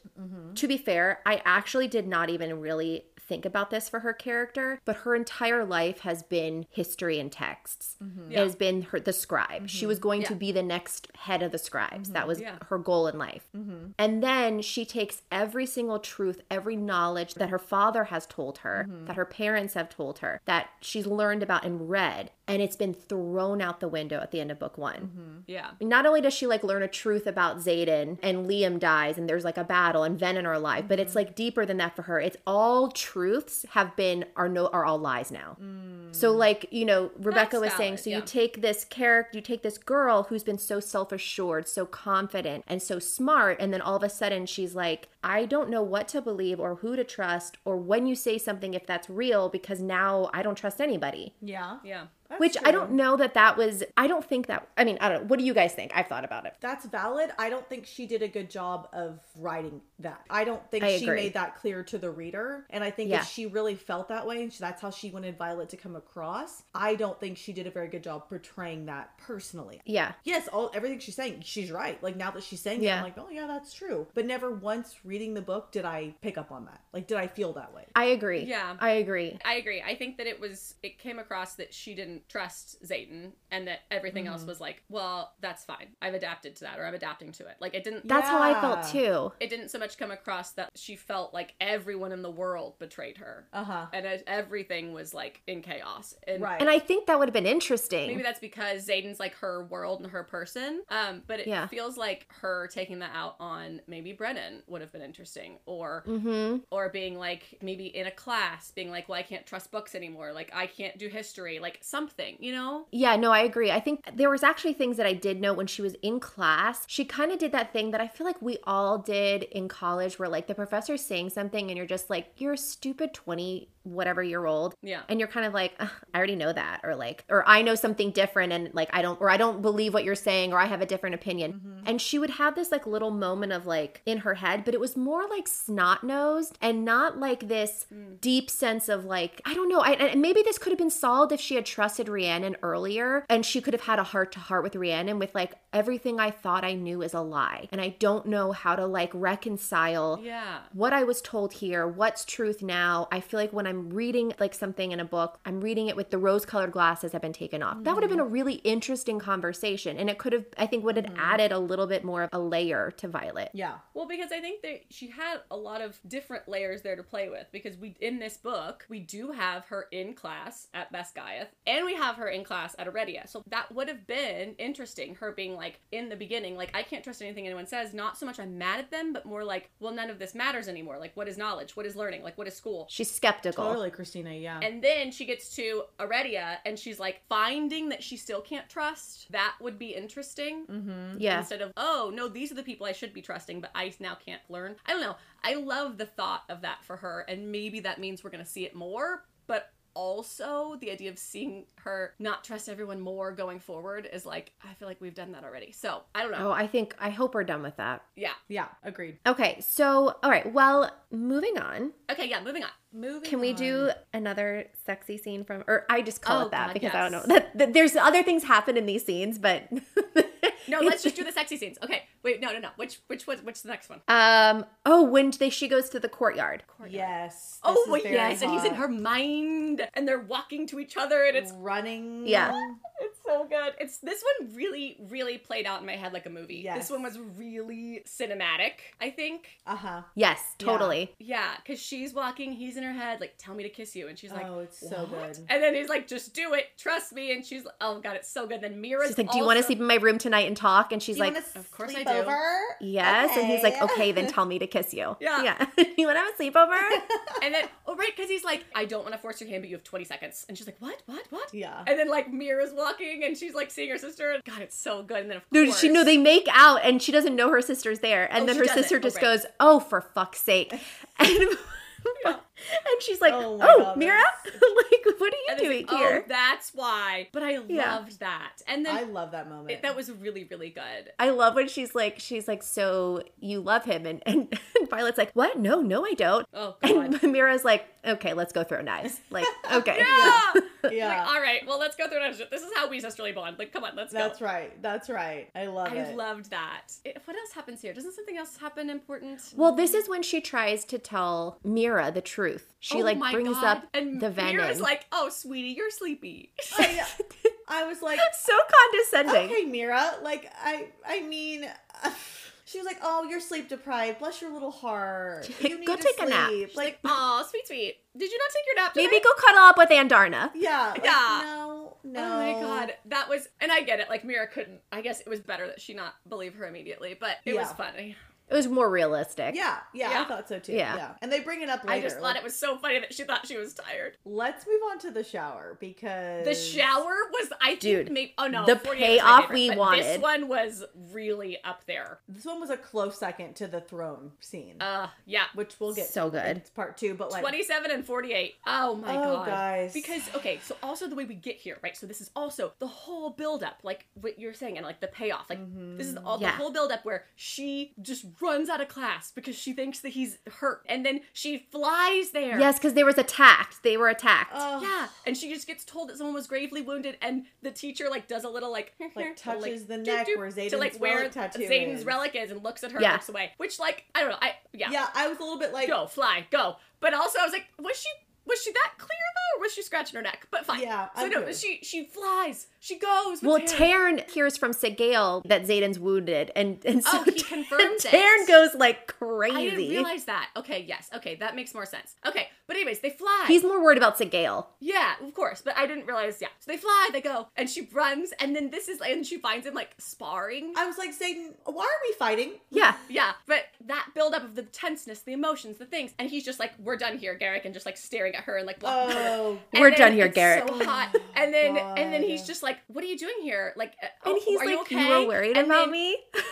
to be fair, I actually did not even really think about this for her character, but her entire life has been history and texts. It Yeah. Mm-hmm. has been her the scribe. She was going to Yeah. Mm-hmm. be the next head of the scribes. That was Yeah. Mm-hmm. her goal in life. And then she takes every single truth, every knowledge that her father has told her, Mm-hmm. that her parents have told her, that she's learned about and read, and it's been thrown out the window at the end of book one Mm-hmm. Yeah. not only does she like learn a truth about Zayden and Liam dies and there's like a battle and Venom are alive, but Mm-hmm. it's like deeper than that for her. It's all truths have been are no are all lies now. So like, you know, Rebecca was Mm. That's saying, valid, so yeah. you take this character, you take this girl who's been so self-assured, so confident and so smart, and then all of a sudden she's like, I don't know what to believe or who to trust or when you say something if that's real because now I don't trust anybody. Yeah. Yeah. That's Which I true. don't know that that was. I don't think that. I mean, I don't know. What do you guys think? I've thought about it. That's valid. I don't think she did a good job of writing that. I don't think I she agree. made that clear to the reader. And I think Yeah. if she really felt that way and she, that's how she wanted Violet to come across, I don't think she did a very good job portraying that personally. Yeah. Yes, all everything she's saying, she's right. Like now that she's saying it, Yeah. I'm like, oh yeah, that's true. But never once reading the book did I pick up on that. Like, did I feel that way? I agree. Yeah. I agree. I agree. I think that it was it came across that she didn't trust Zayden and that everything Mm-hmm. else was like, well, that's fine. I've adapted to that or I'm adapting to it. Like it didn't That's how I felt Yeah. too. it didn't so much come across that she felt like everyone in the world betrayed her Uh huh. and it- everything was like in chaos and Right. And I think that would have been interesting. maybe that's because zayden's like her world and her person um but it Yeah. feels like her taking that out on maybe brennan would have been interesting or hmm or being like maybe in a class being like well i can't trust books anymore like i can't do history like something you know Yeah, no, I agree. I think there was actually things that I did note when she was in class. She kind of did that thing that I feel like we all did in college where like the professor's saying something and you're just like, you're a stupid 20 whatever year old. yeah And you're kind of like, "Ugh, I already know that, or like, or I know something different, and like, I don't, or I don't believe what you're saying, or I have a different opinion. And she would have this like little moment of like in her head, but it was more like snot nosed and not like this deep sense of like, I don't know. I, and maybe this could have been solved if she had trusted Rhiannon earlier and she could have had a heart to heart with Rhiannon with like, everything I thought I knew is a lie. And I don't know how to like reconcile yeah what I was told here, what's truth now. I feel like when I'm I'm reading like something in a book, I'm reading it with the rose colored glasses have been taken off. That would have been a Mm-hmm. really interesting conversation. And it could have, I think, would have added a little bit more of a layer to Violet. Yeah. Well, because I think that she had a lot of different layers there to play with. Because we in this book, we do have her in class at Beskayeth, and we have her in class at Aredia. So that would have been interesting. Her being like in the beginning, like I can't trust anything anyone says. Not so much I'm mad at them, but more like, well, none of this matters anymore. Like, what is knowledge? What is learning? Like, what is school? She's skeptical. Totally, Christina. Yeah. And then she gets to Aredia, and she's like finding that she still can't trust. That would be interesting Mm-hmm. Yeah. instead of oh no these are the people i should be trusting but i now can't learn i don't know i love the thought of that for her and maybe that means we're gonna see it more but also the idea of seeing her not trust everyone more going forward is like i feel like we've done that already so i don't know Oh, I think, I hope we're done with that. yeah yeah. Agreed. Okay. So, all right. Well, moving on. okay yeah moving on Moving. Can we do another sexy scene from, or I just call Mm-hmm. Oh, it that God, because I don't yes. know. That, that- there's other things happen in these scenes, but. <laughs> no let's just do the sexy scenes okay wait no no no which which was which the next one Um. Oh, when they she goes to the courtyard. Yes. Oh this is wait, very yes, and he's in hot. her mind, and they're walking to each other, and it's running. Yeah. It's so good. It's this one really, really played out in my head like a movie. Yes. This one was really cinematic, I think. Uh huh. Yes, totally. Yeah, because she's walking, he's in her head, like, tell me to kiss you. And she's like, oh, it's so "What?" good. And then he's like, just do it, trust me. And she's like, oh god, it's so good. Then Mira's She's like, "Do you want to also- sleep in my room tonight and talk?" And she's Do you like, wanna of course sleep I do. Over? "Yes." And he's like, "Okay, <laughs> then tell me to kiss you." Yeah. Yeah. <laughs> you want to have a <laughs> sleepover? <laughs> And then, oh right, because he's like, I don't want to force your hand, but you have 20 seconds. And she's like, what, what, what? <laughs> Yeah. And then like Mira's walking, and she's like seeing her sister. And God, it's so good. And then of no, course, she no. They make out, and she doesn't know her sister's there. And Oh, then she her doesn't. sister Oh, just right. goes, "Oh, for fuck's <laughs> sake!" <laughs> And, and she's like, "Oh, Oh my God, Mira, <laughs> like, what are you and it's doing like, here?" Oh, that's why. But I Yeah. loved that. And then I love that moment. it- that was really, really good. I love when she's like, she's like, so you love him, and and, <laughs> Violet's like, what? No, no, I don't. Oh, and <laughs> God. Mira's like, okay, let's go throw knives. <laughs> Like, okay, yeah. Yeah. Ah, Like, all right, well, let's go through another. This is how we sisterly bond. Like, come on, let's that's go. right. That's right. I love I it. loved that. It- what else happens here? Doesn't something else happen important? <laughs> Well, this is when she tries to tell Mira the truth. She Oh like my brings God. up and the venom. Mira's like, "Oh, sweetie, you're sleepy." <laughs> I, <laughs> I was like, so condescending. okay, Mira. Like, I, I mean, <laughs> she was like, oh, you're sleep deprived. Bless your little <laughs> heart. You need Go to take a sleep. nap. Like, "Oh, sweet, sweet. Did you not take your nap today?" Maybe go cuddle up with Andarna. <laughs> yeah. Like, Yeah. No. No. Oh my god, that was, and I get it. Like Mira couldn't. I guess it was better that she not believe her immediately, but it was Yeah. funny. It was more realistic. Yeah, yeah, I Yeah. thought so too. Yeah. Yeah. And they bring it up later. I just thought like, it was so funny that she thought she was tired. Let's move on to the shower because The shower was, I think, Dude, maybe. Oh no, the 48 was my payoff favorite, we but This wanted. one was really up there. This one was a close second to the throne scene, Uh, yeah. which we'll get so to. good. It's part two, but like 27 and 48. Oh my Oh, god. guys. Because okay, so also the way we get here, right? So this is also the whole build up, like what you're saying and like the payoff. Like Mm-hmm. this is all Yeah. the whole build up where she just runs out of class because she thinks that he's hurt and then she flies there. Yes, because they was attacked. They were attacked. Oh. Yeah, and she just gets told that someone was gravely wounded, and the teacher like does a little <laughs> like Like, touches the doop, neck doop, where to like Zayden's where relic tattoo Zayden's is. relic is, and looks at her, and Yeah. looks away. Which like I don't know, I yeah, yeah, I was a little bit like go fly go. But also I was like, was she was she that clear though, or was she scratching her neck? But fine. Yeah, so I'm no, good. she she flies, she goes. with Well, him. Tarn hears from Segale that Zayden's wounded, and and so Oh, he confirms it. Tarn goes like I didn't crazy. realize that. Okay, yes, okay, that makes more sense. Okay, but anyways, they fly. He's more worried about Segale. Yeah, of course, but I didn't realize. Yeah, so they fly, they go, and she runs, and then this is, and she finds him like sparring. I was like, Satan, why are we fighting? <laughs> Yeah. Yeah, but that buildup of the tenseness, the emotions, the things, and he's just like, "We're done here, Garrick," and just like staring at her and like, walking over. Oh, And We're then done here, it's Garrick. So hot, and then and then he's God. just like, "What are you doing here?" Like, uh, And oh, he's are like, "You you, okay?" were worried And about then- me? <laughs>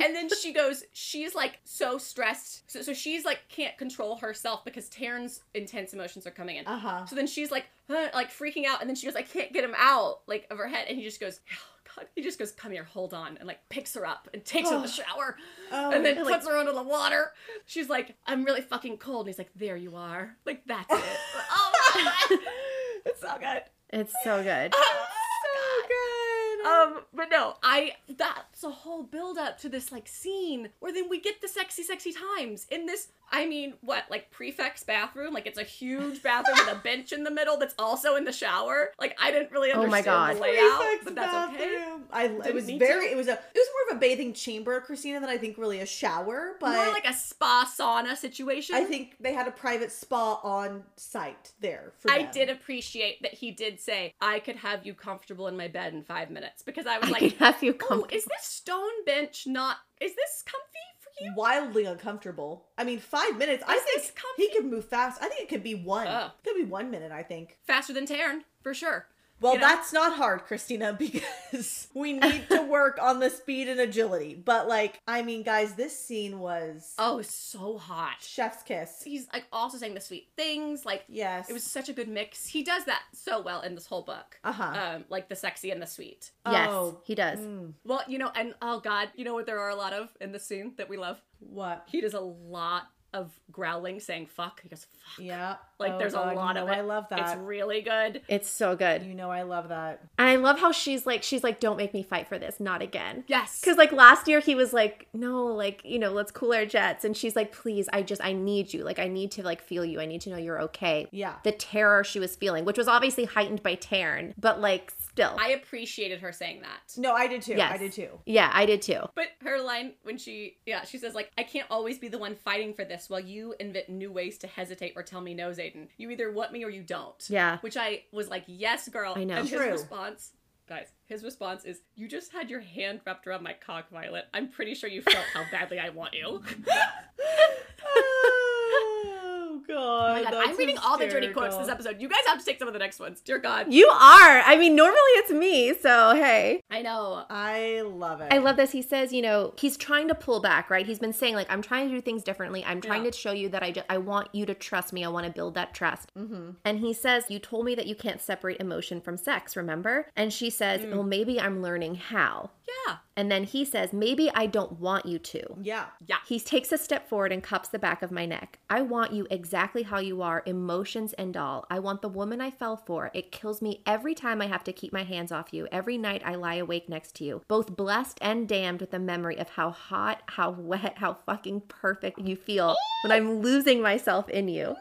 And then she goes, she's like so stressed, so, so she's like can't control herself because Taryn's intense emotions are coming in. uh Uh-huh. huh. So then she's like, huh, like freaking out, and then she goes, I can't get him out, like of her head, and he just goes, oh, God, he just goes, come here, hold on, and like picks her up and takes <sighs> her in the shower, Oh, and then like- puts her under the water. She's like, I'm really fucking cold, and he's like, there you are, like <laughs> that's it. <laughs> oh, my God. it's so good. It's so good. Oh, God. Good. Um, but no, I that's a whole build up to this like scene where then we get the sexy, sexy times in this. I mean, what like prefect's bathroom? Like it's a huge bathroom with a bench in the middle that's also in the shower. Like I didn't really Oh understand my God. the layout, Prefect's but that's okay. bathroom. I it Didn't was need very to. it was a it was more of a bathing chamber, Christina, than I think really a shower, but More like a spa sauna situation. I think they had a private spa on site there for I them. did appreciate that he did say, I could have you comfortable in my bed in five minutes because I <laughs> was I like, could have you come. oh, is this stone bench not, is this comfy for you? wildly uncomfortable. I mean, five minutes. I Is this think comfy? he could move fast. I think it could be one. Oh. It could be one minute. I think. Faster than Taryn, for sure. Well, You know? that's not hard, Christina, <laughs> because we need to work on the speed and agility. But like, I mean, guys, this scene was Oh, it's so hot. chef's kiss. He's like also saying the sweet things. Like, Yes. It was such a good mix. He does that so well in this whole book. Uh-huh. Um, like the sexy and the sweet. yes, Oh. he does. Well, you know, and oh God, you know what there are a lot of in this scene that we love? What? He does a lot of growling, saying fuck. He goes, fuck. Yeah. Like Oh, there's God, a lot you of know it. I love that. It's really good. It's so good. you know, I love that. And I love how she's like, she's like, don't make me fight for this, not again. Yes. Because like last year he was like, no, like you know, let's cool our jets, and she's like, please, I just I need you, like I need to like feel you, I need to know you're okay. Yeah. The terror she was feeling, which was obviously heightened by Tarn, but like still, I appreciated her saying that. No, I did too. Yes. I did <laughs> too. yeah, I did too. But her line when she, yeah, she says, like, I can't always be the one fighting for this while you invent new ways to hesitate or tell me no, Zayden. You either want me or you don't. Yeah. Which I was like, yes, girl. I know. And True. his response, guys, his response is, you just had your hand wrapped around my cock, Violet. I'm pretty sure you felt how badly I <laughs> want you. oh God! My God, I'm that's reading all the dirty quotes hysterical. this episode. You guys have to take some of the next ones. Dear God. You are. I mean, normally it's me, so hey. I know. I love it. I love this. He says, you know, he's trying to pull back, right? He's been saying, like, I'm trying to do things differently. I'm trying Yeah. to show you that I just, I want you to trust me. I want to build that trust. And he says, you told me that you can't separate emotion from sex, remember? And she says, well, maybe I'm learning how. Yeah. And then he says, maybe I don't want you to. Yeah. He takes a step forward and cups the back of my neck. I want you exactly how you are, emotions and all. I want the woman I fell for. It kills me every time I have to keep my hands off you. Every night I lie awake next to you, both blessed and damned with the memory of how hot, how wet, how fucking perfect you feel when I'm losing myself in you.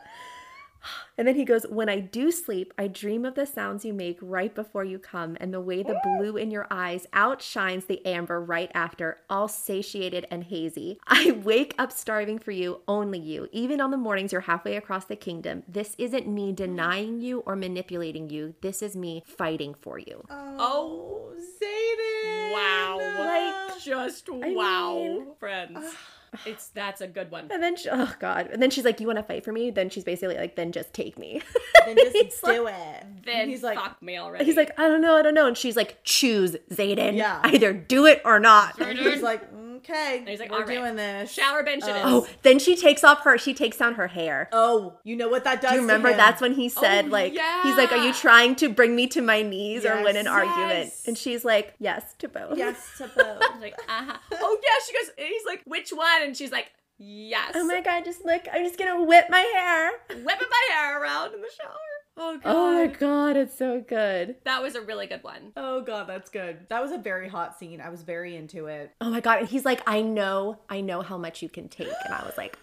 And then he goes, When I do sleep, I dream of the sounds you make right before you come and the way the blue in your eyes outshines the amber right after, all satiated and hazy. I wake up starving for you, only you. Even on the mornings you're halfway across the kingdom, this isn't me denying you or manipulating you. This is me fighting for you. Oh, Zayden. Wow. Like just wow, mean- friends. <sighs> it's that's a good one. And then, she, oh God. And then she's like, You want to fight for me? Then she's basically like, Then just take me. <laughs> then <laughs> just do it. Then And he's like, fuck me already. He's <laughs> like, I don't know, I don't know. And she's like, Choose, Zayden. Yeah. Either do it or not. and he's like, okay, he's like, we're "All right. doing this. Uh, shower bench it is. Oh, then she takes off her. She takes down her hair. Oh, you know what that does? Do you remember? To him. That's when he said, Oh, like, he's like, "Are you yeah. trying to bring me to my knees or win an Yes. argument?" Yes. And she's like, "Yes to both." <laughs> yes to both. He's like, uh-huh. <laughs> Oh yeah, she goes he's like, which one? And she's like, Yes. <laughs> Oh my god! Just look, I'm just gonna whip my hair. <laughs> Whipping my hair around in the shower. Oh god. Oh my god, it's so good. That was a really good one. oh god, that's good. That was a very hot scene. I was very into it. Oh my god! And he's like, "I know, I know how much you can take," and I was like,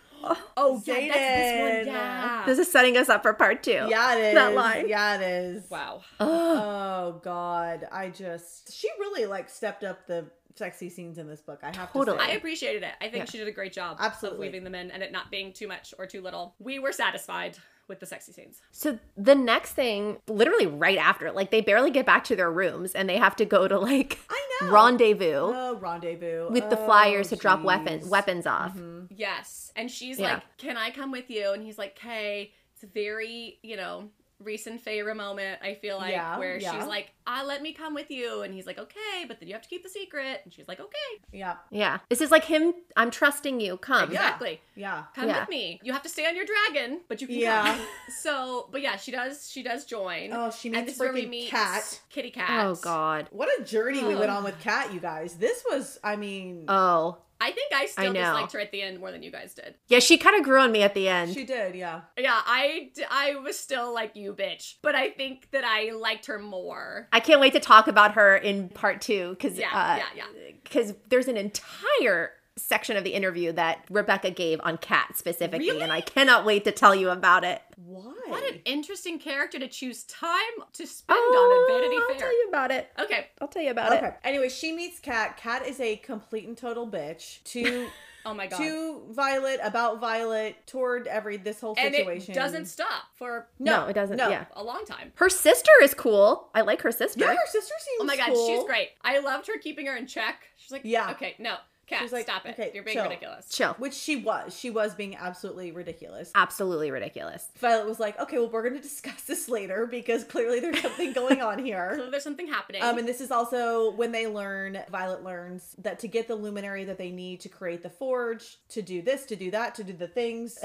Oh yeah, that's this Zayden. one. Yeah. "This is setting us up for part two. Yeah, it is. That line. Yeah, it is. wow. <gasps> Oh god, I just she really like stepped up the sexy scenes in this book. I have Totally. to I say. appreciated it. I think she did a great job Absolutely. of weaving them in and it not being too much or too little. We were satisfied with the sexy scenes. So the next thing, literally right after, like they barely get back to their rooms and they have to go to like I know. rendezvous. Oh, rendezvous with the Oh, flyers to drop jeez. weapon, weapons off. Yes. And she's Yeah. like, Can I come with you? And he's like, Hey, it's a very, you know, recent Feyre moment, I feel like, Yeah, where yeah. she's like, Ah, let me come with you. And he's like, Okay, but then you have to keep the secret. And she's like, Okay, Yeah, Yeah. This is like him, I'm trusting you, come. Yeah. exactly. yeah. Come Yeah. with me. You have to stay on your dragon, but you can Yeah. come. <laughs> So, but yeah, she does. She does join. Oh, she And meets this is where we freaking meet Cat. Kitty Cat. Oh, God. What a journey we went on with Kat, you guys. This was, I mean, Oh. I think I still I know. disliked her at the end more than you guys did. Yeah, she kind of grew on me at the end. She did, yeah. Yeah, I, d- I was still like, you bitch. But I think that I liked her more. I can't wait to talk about her in part two because Yeah, yeah, because there's an entire section of the interview that Rebecca gave on Kat specifically, Really? and I cannot wait to tell you about it. Why? What an interesting character to choose time to spend Oh, on at Vanity Oh, I'll Fair. tell you about it. Okay. I'll tell you about Okay. it. Anyway, she meets Kat. Kat is a complete and total bitch to <laughs> Oh my god. to Violet about Violet toward every this whole and situation. it doesn't stop for No, it doesn't. no. Yeah, a long time. her sister is cool. I like her sister. Yeah, her sister seems. Oh my god, cool. she's great. I loved her keeping her in check. She's like, Yeah. okay, no, Kat, She's like, stop it. okay, You're being chill. ridiculous. Chill. Which she was. She was being absolutely ridiculous. Absolutely ridiculous. <laughs> Violet was like, okay, well, we're going to <laughs> discuss this later because clearly there's something going on So <laughs> here. there's something happening. Um, and this is also when they learn, Violet learns that to get the luminary that they need to create the forge, to do this, to do that, to do the <laughs> things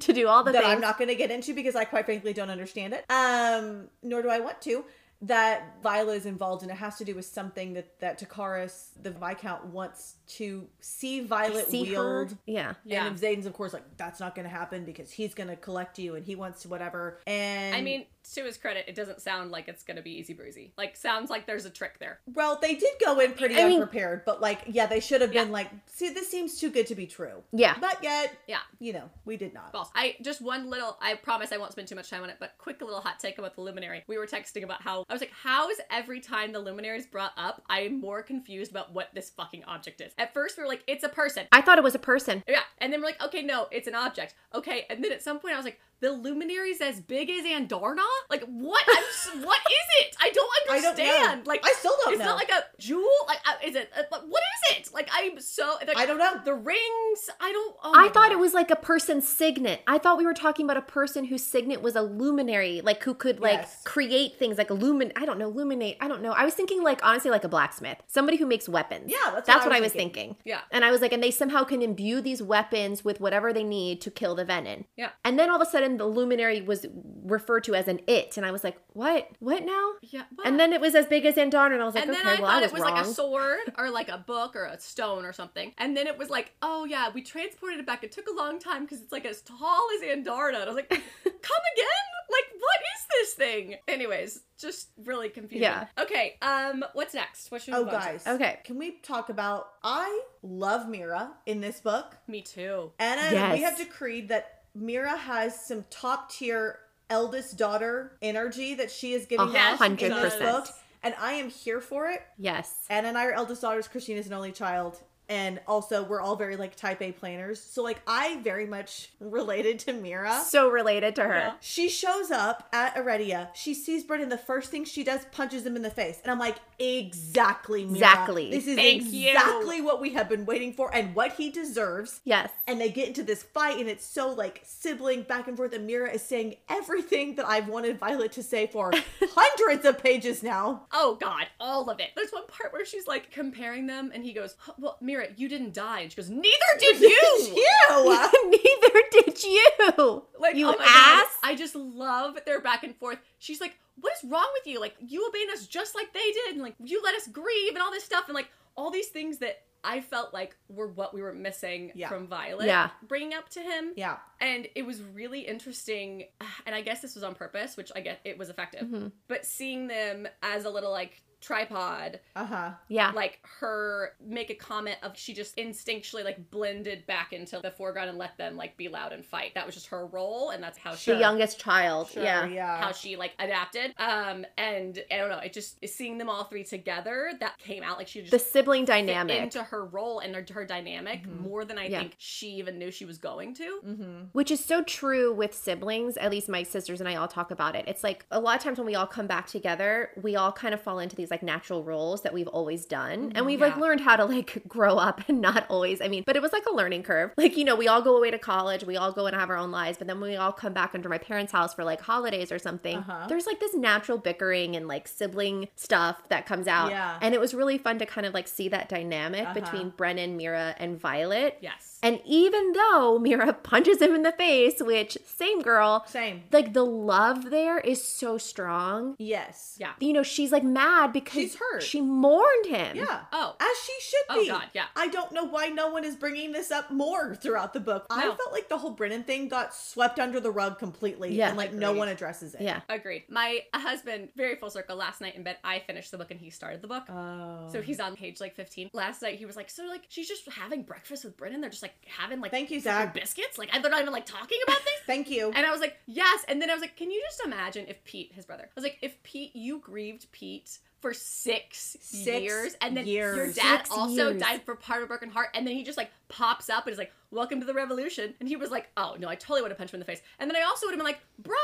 to do all the that things. I'm not going to get into because I quite frankly don't understand it. Um, nor do I want to. That Viola is involved and it has to do with something that that Takaris, the Viscount, wants to see Violet see her. wield. Yeah. yeah. And Zayden's, of course, like that's not going to happen because he's going to collect you and he wants to whatever. And I mean, to his credit, it doesn't sound like it's gonna be easy breezy. Like sounds like there's a trick there. well, they did go in pretty I mean- unprepared, but like, yeah, they should have been like, see, this seems too good to be true. Yeah. But yet, Yeah. you know, we did not. False. I just one little. I promise I won't spend too much time on it, but quick little hot take about the luminary. We were texting about how I was like, how is every time the luminary is brought up, I'm more confused about what this fucking object is. At first, we were like, it's a person. I thought it was a person. Yeah, and then we're like, okay, no, it's an object. Okay, and then at some point I was like, the luminary's as big as Andarna? Like, what? I'm s- <laughs> what is it? I don't I don't understand. know. Like, I still don't it's know. not like a jewel. Like, uh, is it? Uh, but what is it? Like, I'm so. Like, I don't know. The rings. I don't. Oh I my thought God. it was like a person's signet. I thought we were talking about a person whose signet was a luminary, like who could like Yes. create things like lumin. I don't know, luminate. I don't know. I was thinking like honestly, like a blacksmith, somebody who makes weapons. Yeah, that's what I what was I was thinking. thinking. Yeah. and I was like, and they somehow can imbue these weapons with whatever they need to kill the venom. Yeah. and then all of a sudden, the luminary was referred to as an it, and I was like, what? What now? Yeah, And then it was as big as Andarn, and I was like, and okay, then I well, thought I was it was wrong. like <laughs> a sword or like a book or a stone or something. And then it was like, oh yeah, we transported it back. It took a long time because it's like as tall as Andarna. And I <laughs> was like, come again? Like, what is this thing? Anyways, just really confusing. Yeah. Okay. Um, what's next? What should we Oh, move on to? guys. Okay. Can we talk about? I love Mira in this book. Me too. Anna, Yes. we have decreed that Mira has some top tier eldest daughter energy that she is giving A us hundred in this percent. book, and I am here for it. yes, Anna and I are eldest daughters. Christina's an only child. And also, we're all very like type A planners. So, like, I very much <laughs> related to Mira. so related to her. She shows up at Aredia. She sees Brendan. The first thing she does, punches him in the face. And I'm like, exactly, Mira. Exactly. This is Thank you. exactly what we have been waiting for and what he deserves. Yes. <laughs> And they get into this fight, and it's so like sibling back and forth. And Mira is saying everything that I've wanted Violet to say <laughs> for hundreds of pages now. Oh God, all of it. There's one part where she's like comparing them, and he goes, "Huh, "Well, Mira, you didn't die," and she goes, "Neither <laughs> did you." You! Neither did you. Like you oh my God, ass. I just love their back and forth. She's like, "What is wrong with you? Like you obeyed us just like they did, and like you let us grieve and all this stuff, and like all these things that I felt like were what we were missing Yeah. from Violet Yeah. bringing up to him. yeah. And it was really interesting, <sighs> and I guess this was on purpose, which I guess it was effective. Mm-hmm. But seeing them as a little like tripod Uh huh. Yeah. like her make a comment of she just instinctually like blended back into the foreground and let them like be loud and fight that was just her role and that's how she the youngest child. Sure, yeah. Yeah. how she like adapted um and i don't know it just seeing them all three together that came out like she just The sibling fit dynamic, Mm-hmm. into her role and her, her dynamic more than i Yeah. think she even knew she was going to Mm-hmm. which is so true with siblings. At least my sisters and I all talk about it. It's like a lot of times when we all come back together, we all kind of fall into these like natural roles that we've always done. Mm-hmm. And we've like Yeah. learned how to like <laughs> grow up and not always, I mean, but it was like a learning curve. Like, you know, we all go away to college, we all go and have our own lives, but then when we all come back under my parents' house for like holidays or something, Uh-huh. there's like this natural bickering and like sibling stuff that comes out. Yeah. And it was really fun to kind of like see that dynamic Uh-huh. between Brennan, Mira, and Violet. yes And even though Mira <laughs> punches him in the face, which same girl, Same. like the love there is so strong. Yes. yeah You know, she's like mad because She's hurt. she mourned him. Yeah. Oh. As she should Oh, be. God, yeah. I don't know why no one is bringing this up more throughout the book. I No. felt like the whole Brennan thing got swept under the rug completely. Yeah. And like no Agreed. one addresses it. Yeah. Agreed. My husband, very full circle, last night in bed, I finished the book and he started the book. Oh. So he's on page like 15. Last night he was like, so like she's just having breakfast with Brennan. They're just like having like Thank you, fucking Zach. biscuits. Like and they're not even like talking about things. Thank you. And I was like, yes. And then I was like, can you just imagine if Pete, his brother, I was like, if Pete, you grieved Pete for six, Six years, and then your years. dad Six also years. died for part of a broken heart, and then he just like pops up and is like, welcome to the revolution. And he was like, oh no, I totally would have punched him in the face. And then I also would have been like, bro.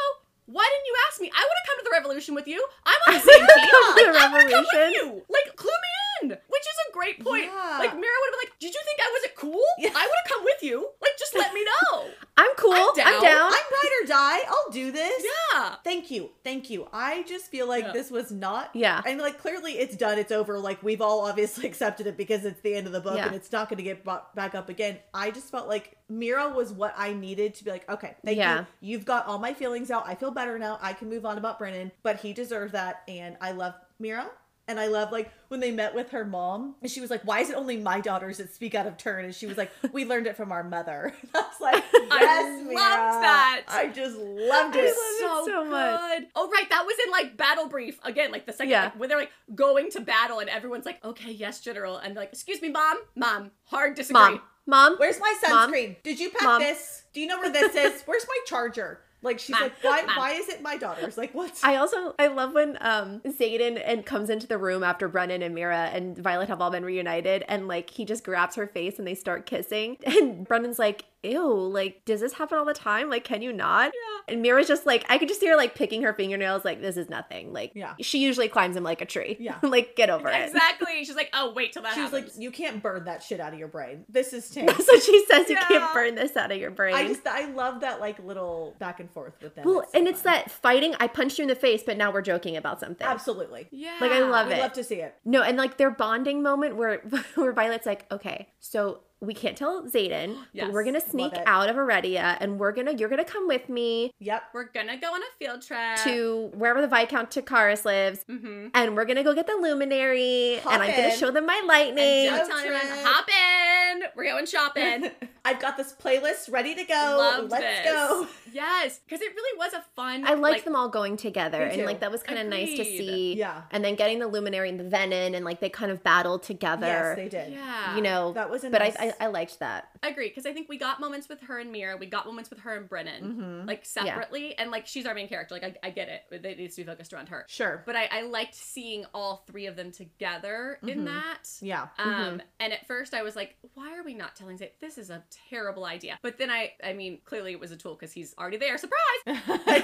Why didn't you ask me? I would have come to the revolution with you. I'm <laughs> on the same team. Come to the Like, I would have come with revolution. you. Like, clue me in, which is a great point. Yeah. Like, Mira would have been like, "Did you think I wasn't cool? I would have come with you. Like, just <laughs> let me know." I'm cool. I'm down. I'm down. ride or die. I'll do this. yeah. Thank you. Thank you. I just feel like Yeah. this was not. Yeah. And like clearly it's done. It's over. Like we've all obviously <laughs> accepted it because it's the end of the book Yeah. and it's not going to get brought back up again. I just felt like Mira was what I needed to be like, okay, thank Yeah. you. You've got all my feelings out. I feel better now. I can move on about Brennan, but he deserved that. And I love Mira. And I love like when they met with her mom and she was like, Why is it only my daughters that speak out of turn? And she was like, We learned it from our mother. <laughs> And I was like, Yes, loved Mira. that. I just loved it. I love it so much. good. Oh right, that was in like battle brief again, like the second Yeah. like, when they're like going to battle and everyone's like, okay, yes, general, and they're like, excuse me, mom, mom, hard disagree. Mom. Mom. Where's my Mom? sunscreen? Did you pack Mom? this? Do you know where this is? Where's my charger? Like she's Mom. like, why? Mom. Why is it my daughter's? Like what's? I also I love when um Zayden and comes into the room after Brennan and Mira and Violet have all been reunited and like he just grabs her face and they start kissing <laughs> and Brennan's like ew like does this happen all the time like can you not Yeah. and Mira's just like I could just see her like picking her fingernails like this is nothing like Yeah. she usually climbs him like a tree Yeah. <laughs> like get over it <laughs> Exactly. She's like, oh wait till that. she was like, happens. you can't burn that shit out of your brain. This is Tim. <laughs> so she says you can't Yeah. burn this out of your brain I just I love that like little back and forth with them. well so and it's fun. that fighting I punched you in the face but now we're joking about something absolutely. yeah, like I love We it love to see it. No, and like their bonding moment where <laughs> where Violet's like, okay, so we can't tell Zayden, Yes, but we're gonna sneak it. out of Aredia, and we're gonna you're gonna come with me Yep. We're gonna go on a field trip to wherever the Viscount Takaris lives, Mm-hmm. and we're gonna go get the luminary, Hop and I'm in. gonna show them my lightning. And don't tell anyone. trip. Hop in. We're going shopping. <laughs> I've got this playlist ready to go. Loved Let's this. go. Yes, because it really was a fun. I liked like, them all going together, Me and too. like that was kind of nice to Agreed. see. Yeah. and then getting the luminary and the venom, and like they kind of battled Yes, together. they did. Yeah, you know, That was a but nice- I, I I liked that. Agree, because I think we got moments with her and Mira. We got moments with her and Brennan, like separately, and like she's our main character. Like I, I get it; it needs to be focused around her. Sure. But I, I liked seeing all three of them together in that. Yeah. <laughs> Um, and at first I was like, why are we not telling Zay? This is a terrible idea. But then I, I mean, clearly it was a tool because he's already there. Surprise!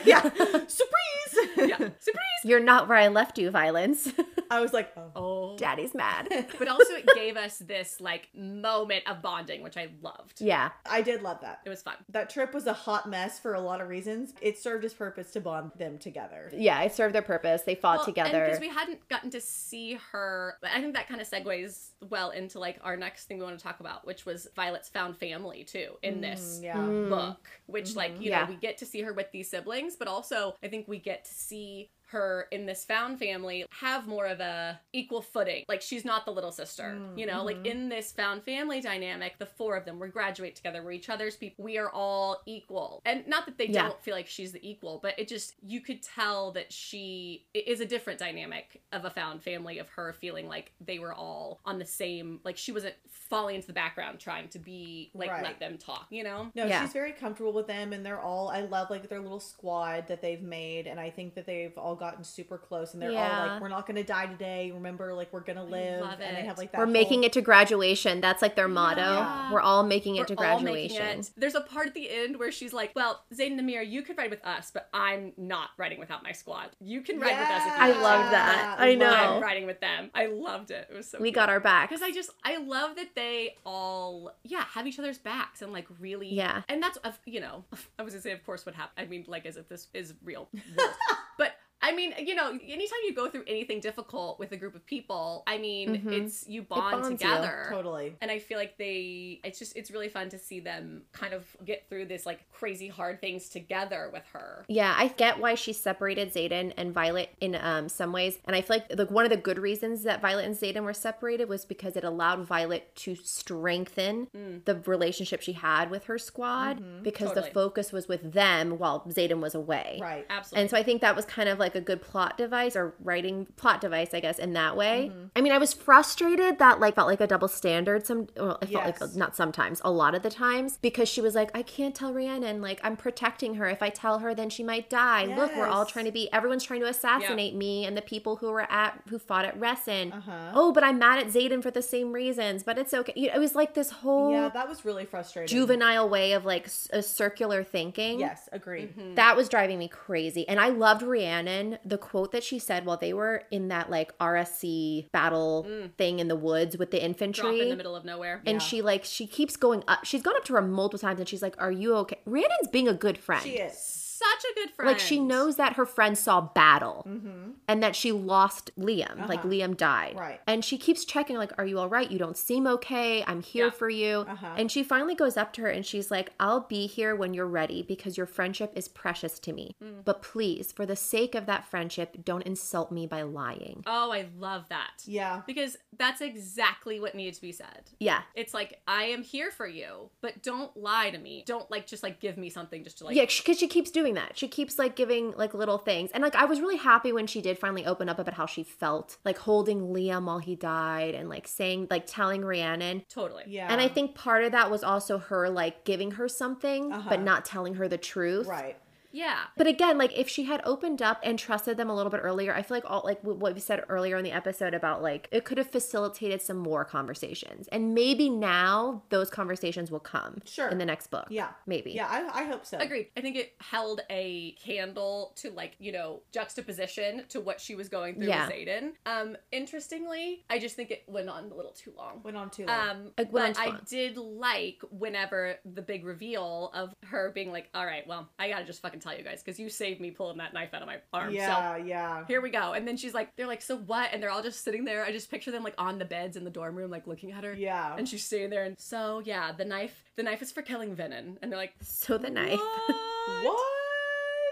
yeah. Surprise. <laughs> yeah, surprise. You're not where I left you, violence. <laughs> I was like, oh. Oh. Daddy's mad. <laughs> But also it gave us this like moment of bonding, which I loved. yeah. I did love that. It was fun. That trip was a hot mess for a lot of reasons. It served its purpose to bond them together. yeah, it served their purpose. They fought together. Because we hadn't gotten to see her. but I think that kind of segues well into like our next thing we want to talk about, which was Violet's found family too Mm, in this Yeah. book, which like, you Mm-hmm. Yeah. know, we get to see her with these siblings, but also I think we get to see her in this found family have more of a equal footing like she's not the little sister Mm, you know mm-hmm. like in this found family dynamic the four of them we graduate together we're each other's people we are all equal and not that they Yeah. don't feel like she's the equal but it just you could tell that she it is a different dynamic of a found family of her feeling like they were all on the same like she wasn't falling into the background trying to be like Right. let them talk you know No, Yeah. she's very comfortable with them, and they're all. I love like their little squad that they've made, and I think that they've all gotten super close, and they're all Yeah. like, "We're not going to die today. Remember, like we're going to live." love and they it. have like that. We're whole- making it to graduation. That's like their motto. Yeah. We're all making it to We're all making graduation. it. There's a part at the end where she's like, "Well, Zayden Amir, you could ride with us, but I'm not riding without my squad. You can ride with us. If you Yeah. I want to. love that. I I love know. I'm riding with them. I loved it. It was so. We got our back. because I just I love that they all yeah have each other's backs and like really Yeah. <laughs> <laughs> and that's of you know I was gonna say of course what happened I mean like as if this is real world. but. I I mean, you know, anytime you go through anything difficult with a group of people, I mean, it's you bond Mm-hmm. bonds you. together. Totally. And I feel like they, it's just, it's really fun to see them kind of get through this like crazy hard things together with her. Yeah, I get why she separated Zayden and Violet in um, some ways, and I feel like like one of the good reasons that Violet and Zayden were separated was because it allowed Violet to strengthen the relationship she had with her squad Mm-hmm. because Mm. Totally. the focus was with them while Zayden was away. Right. Absolutely. And so I think that was kind of like a good plot device or writing plot device, I guess, in that way. Mm-hmm. I mean, I was frustrated that like felt like a double standard. Some, well, I felt Yes. like not sometimes, a lot of the times, because she was like, I can't tell Rhiannon. Like, I'm protecting her. If I tell her, then she might die. Look, we're all Yes. trying to be. Everyone's trying to assassinate me and the people who were at who fought at Ressin. Uh-huh. Oh, but I'm mad at Zayden for the same reasons. But it's okay. You know, It was like this whole Yeah, that was really frustrating. juvenile way of like s- a circular thinking. Yes, agreed. Mm-hmm. Mm. That was driving me crazy. And I loved Rhiannon. The quote that she said while they were in that like RSC battle thing in the woods with the Mm. Drop infantry. in the middle of nowhere. And she like she keeps going up. She's gone up to her multiple times and she's like, "Are you okay?" Rhiannon's being a good friend. She is. Such a good friend. Like she knows that her friend saw battle Mm-hmm. and that she lost Liam. Like Uh-huh. Liam died. Right. And she keeps checking, like, are you all right? You don't seem okay. I'm here Yeah. Uh-huh. for you. And she finally goes up to her and she's like, I'll be here when you're ready because your friendship is precious to me. Mm. But please, for the sake of that friendship, don't insult me by lying. Oh, I love that. Yeah. Because that's exactly what needed to be said. yeah. It's like I am here for you, but don't lie to me. Don't like just like give me something just to like yeah, because she keeps doing that. She keeps like giving like little things, and like I was really happy when she did finally open up about how she felt, like holding Liam while he died, and like saying, like telling Rhiannon. totally. Yeah. And I think part of that was also her like giving her something, but not telling her the truth. Uh-huh. Right. Yeah. But again, like if she had opened up and trusted them a little bit earlier, I feel like all like what we said earlier in the episode about like it could have facilitated some more conversations, and maybe now those conversations will come Sure. in the next book. Yeah. maybe. Yeah, I, I hope so. Agreed. I think it held a candle to like, you know, juxtaposition to what she was going through Yeah. with Zayden. Um, interestingly, I just think it went on a little too long. Went on too long. Um, Like, what but I'm I fun. did like whenever the big reveal of her being like, "All right, well, I gotta just fucking tell you guys because you saved me pulling that knife out of my arm." yeah, So yeah. here we go. And then she's like, "They're like, so what?" And they're all just sitting there. I just picture them like on the beds in the dorm room, like looking at her. Yeah. And she's sitting there, and so yeah, the knife, the knife is for killing Venom. And <laughs> they're like, So the knife. "What?" what?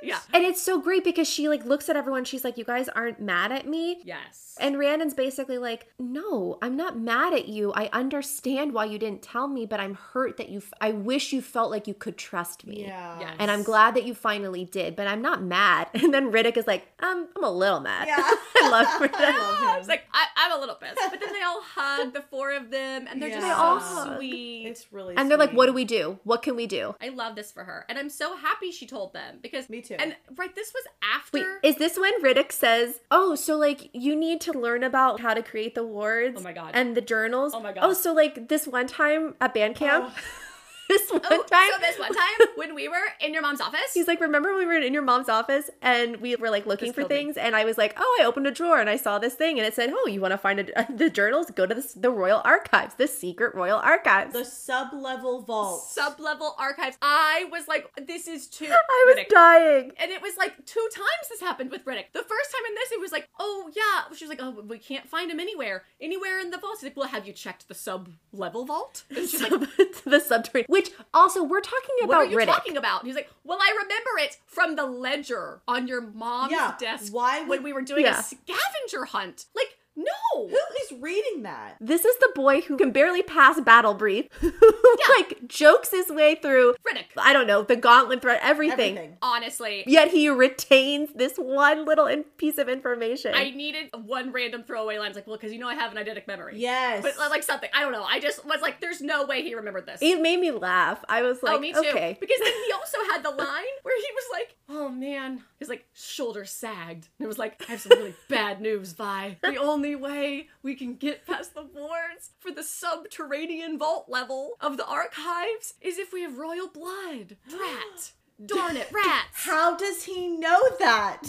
Yeah. And it's so great because she like looks at everyone. She's like, "You guys aren't mad at me." Yes. And Rhiannon's basically like, "No, I'm not mad at you. I understand why you didn't tell me, but I'm hurt that you. F- I wish you felt like you could trust me." Yeah. Yes. And I'm glad that you finally did, but I'm not mad. <laughs> And then Riddick is like, um, I'm a little mad. Yeah. <laughs> I <laughs> love Riddick. I was like, I- I'm a little pissed. But then they all hug the four of them, and they're Yeah. They all just so hug. sweet. It's really And they're like, sweet. what do we do? What can we do? I love this for her, and I'm so happy she told them because Me too. And right, this was Wait, after. is this when Riddick says, "Oh, so like you need to learn about how to create the wards? Oh my God. And the journals. Oh my God. Oh, so like this one time at band camp, <laughs> this one oh, time. so this one <laughs> time when we were in your mom's office, He's like, remember when we were in your mom's office and we were like looking This for killed me. things, and I was like, oh, I opened a drawer and I saw this thing, and it said, oh, you want to find a, <laughs> the journals? Go to the, the Royal Archives, the secret Royal Archives. The sub level vault. sub-level archives. I was like, this is too. <laughs> I was Riddick. dying. <laughs> And it was like two times this happened with Riddick. The first time in this, it was like, oh yeah, she was like, oh, we can't find him anywhere, anywhere in the vault. He's like, well, have you checked the sub-level vault? And she's like, the subterranean, which also we're talking What are about you Riddick. talking about? And he's like, Well, I remember it from the ledger on your mom's Yeah, desk. why would- when we were doing Yeah. a scavenger hunt? Like, no. Who is reading that? This is the boy who can barely pass battle breathe, <laughs> who like jokes his way through. Riddick. I don't know the gauntlet throughout everything. Everything. Honestly, Yet he retains this one little in- piece of information. I needed one random throwaway line. It's like, well, because you know I have an eidetic memory. Yes. But like something. I don't know. I just was like, there's no way he remembered this. it made me laugh. I was like, oh, me too. okay. Because then <laughs> he also had the line where he was like, "Oh man," his like shoulder sagged, and it was like, "I have <laughs> some really bad news, Vi. The only way we can get past the wards for the subterranean vault level of the archives is if we have <gasps> royal blood. Rat, darn it, rats. How does he know that?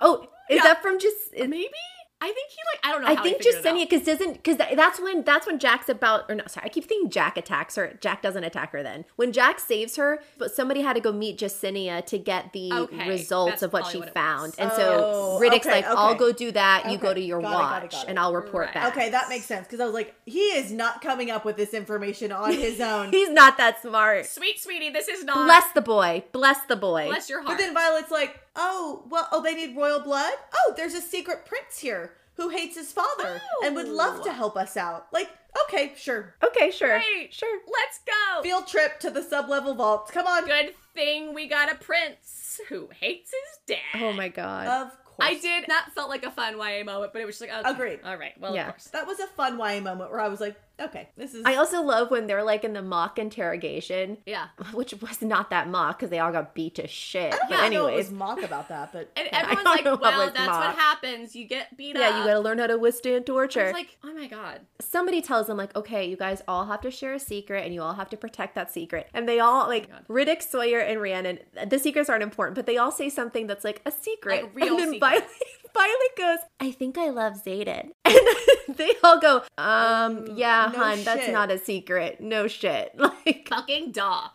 Oh, is Yeah. that from just? <laughs> Maybe." I think he like I don't know. I how he think figured it Justinia out. because doesn't because that's when that's when Jack's about or no sorry I keep thinking Jack attacks her Jack doesn't attack her then when Jack saves her but somebody had to go meet Justinia to get the Okay, results that's of what probably she what it found was. and so Oh, Riddick's okay, like I'll okay. go do that you go Okay, to your got it, watch got it, got it. and I'll report Right. back <laughs> Okay, that makes sense because I was like, he is not coming up with this information on his <laughs> own. he's not that smart Sweet sweetie, this is not bless the boy bless the boy bless your heart. But then Violet's like, oh, well, oh, they need royal blood? Oh, there's a secret prince here who hates his father and would love to help us out. Like, okay, sure. okay sure Great. sure Let's go. Field trip to the sublevel vault. Come on. Good thing we got a prince who hates his dad. oh my god Um, Of course. I did. That felt like a fun YA moment, but it was just like, okay, Agreed. All right. Well, Yeah. of course. That was a fun YA moment where I was like, okay, this is. I also love when they're like in the mock interrogation Yeah. <laughs> which was not that mock because they all got beat to shit but I know it anyways was mock about that, but And I everyone's don't like, know well, what was that's mocked. what happens. You get beat up. Yeah, you gotta learn how to withstand torture. It's like, oh my god. Somebody tells them, like, okay, you guys all have to share a secret and you all have to protect that secret. And they all, Oh like, Riddick, Sawyer, and Rhiannon, the secrets aren't important, but they all say something that's like a secret. Like, <laughs> real and then secret. Violet, <laughs> Violet goes, I think I love Zayden. <laughs> And they all go, um, yeah, Mm, no hun, that's shit. not a secret. No shit. <laughs> Like, Fucking duh.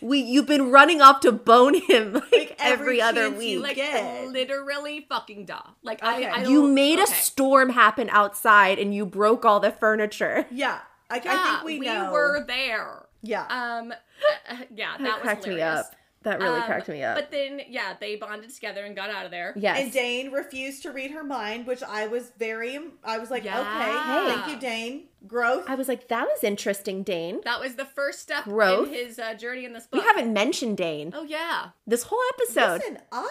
we, you've been running off to bone him, <laughs> like, every, every other chance you week. Like Good. literally fucking duh. Like Okay. I, I you don't- made a okay. storm happen outside and you broke all the furniture. yeah, I, I Yeah, think we, know. were there. Yeah. Um. Yeah, <laughs> that, was cracked me hilarious. up. That really Um, cracked me up. But then, yeah, they bonded together and got out of there. yes. And Dane refused to read her mind, which I was very. I was like, Yeah. okay, thank Hey. you, Dane. Growth. I was like, that was interesting, Dane. That was the first step Growth. in his uh, journey in this We book. haven't mentioned Dane Oh yeah. this whole episode. Listen, I.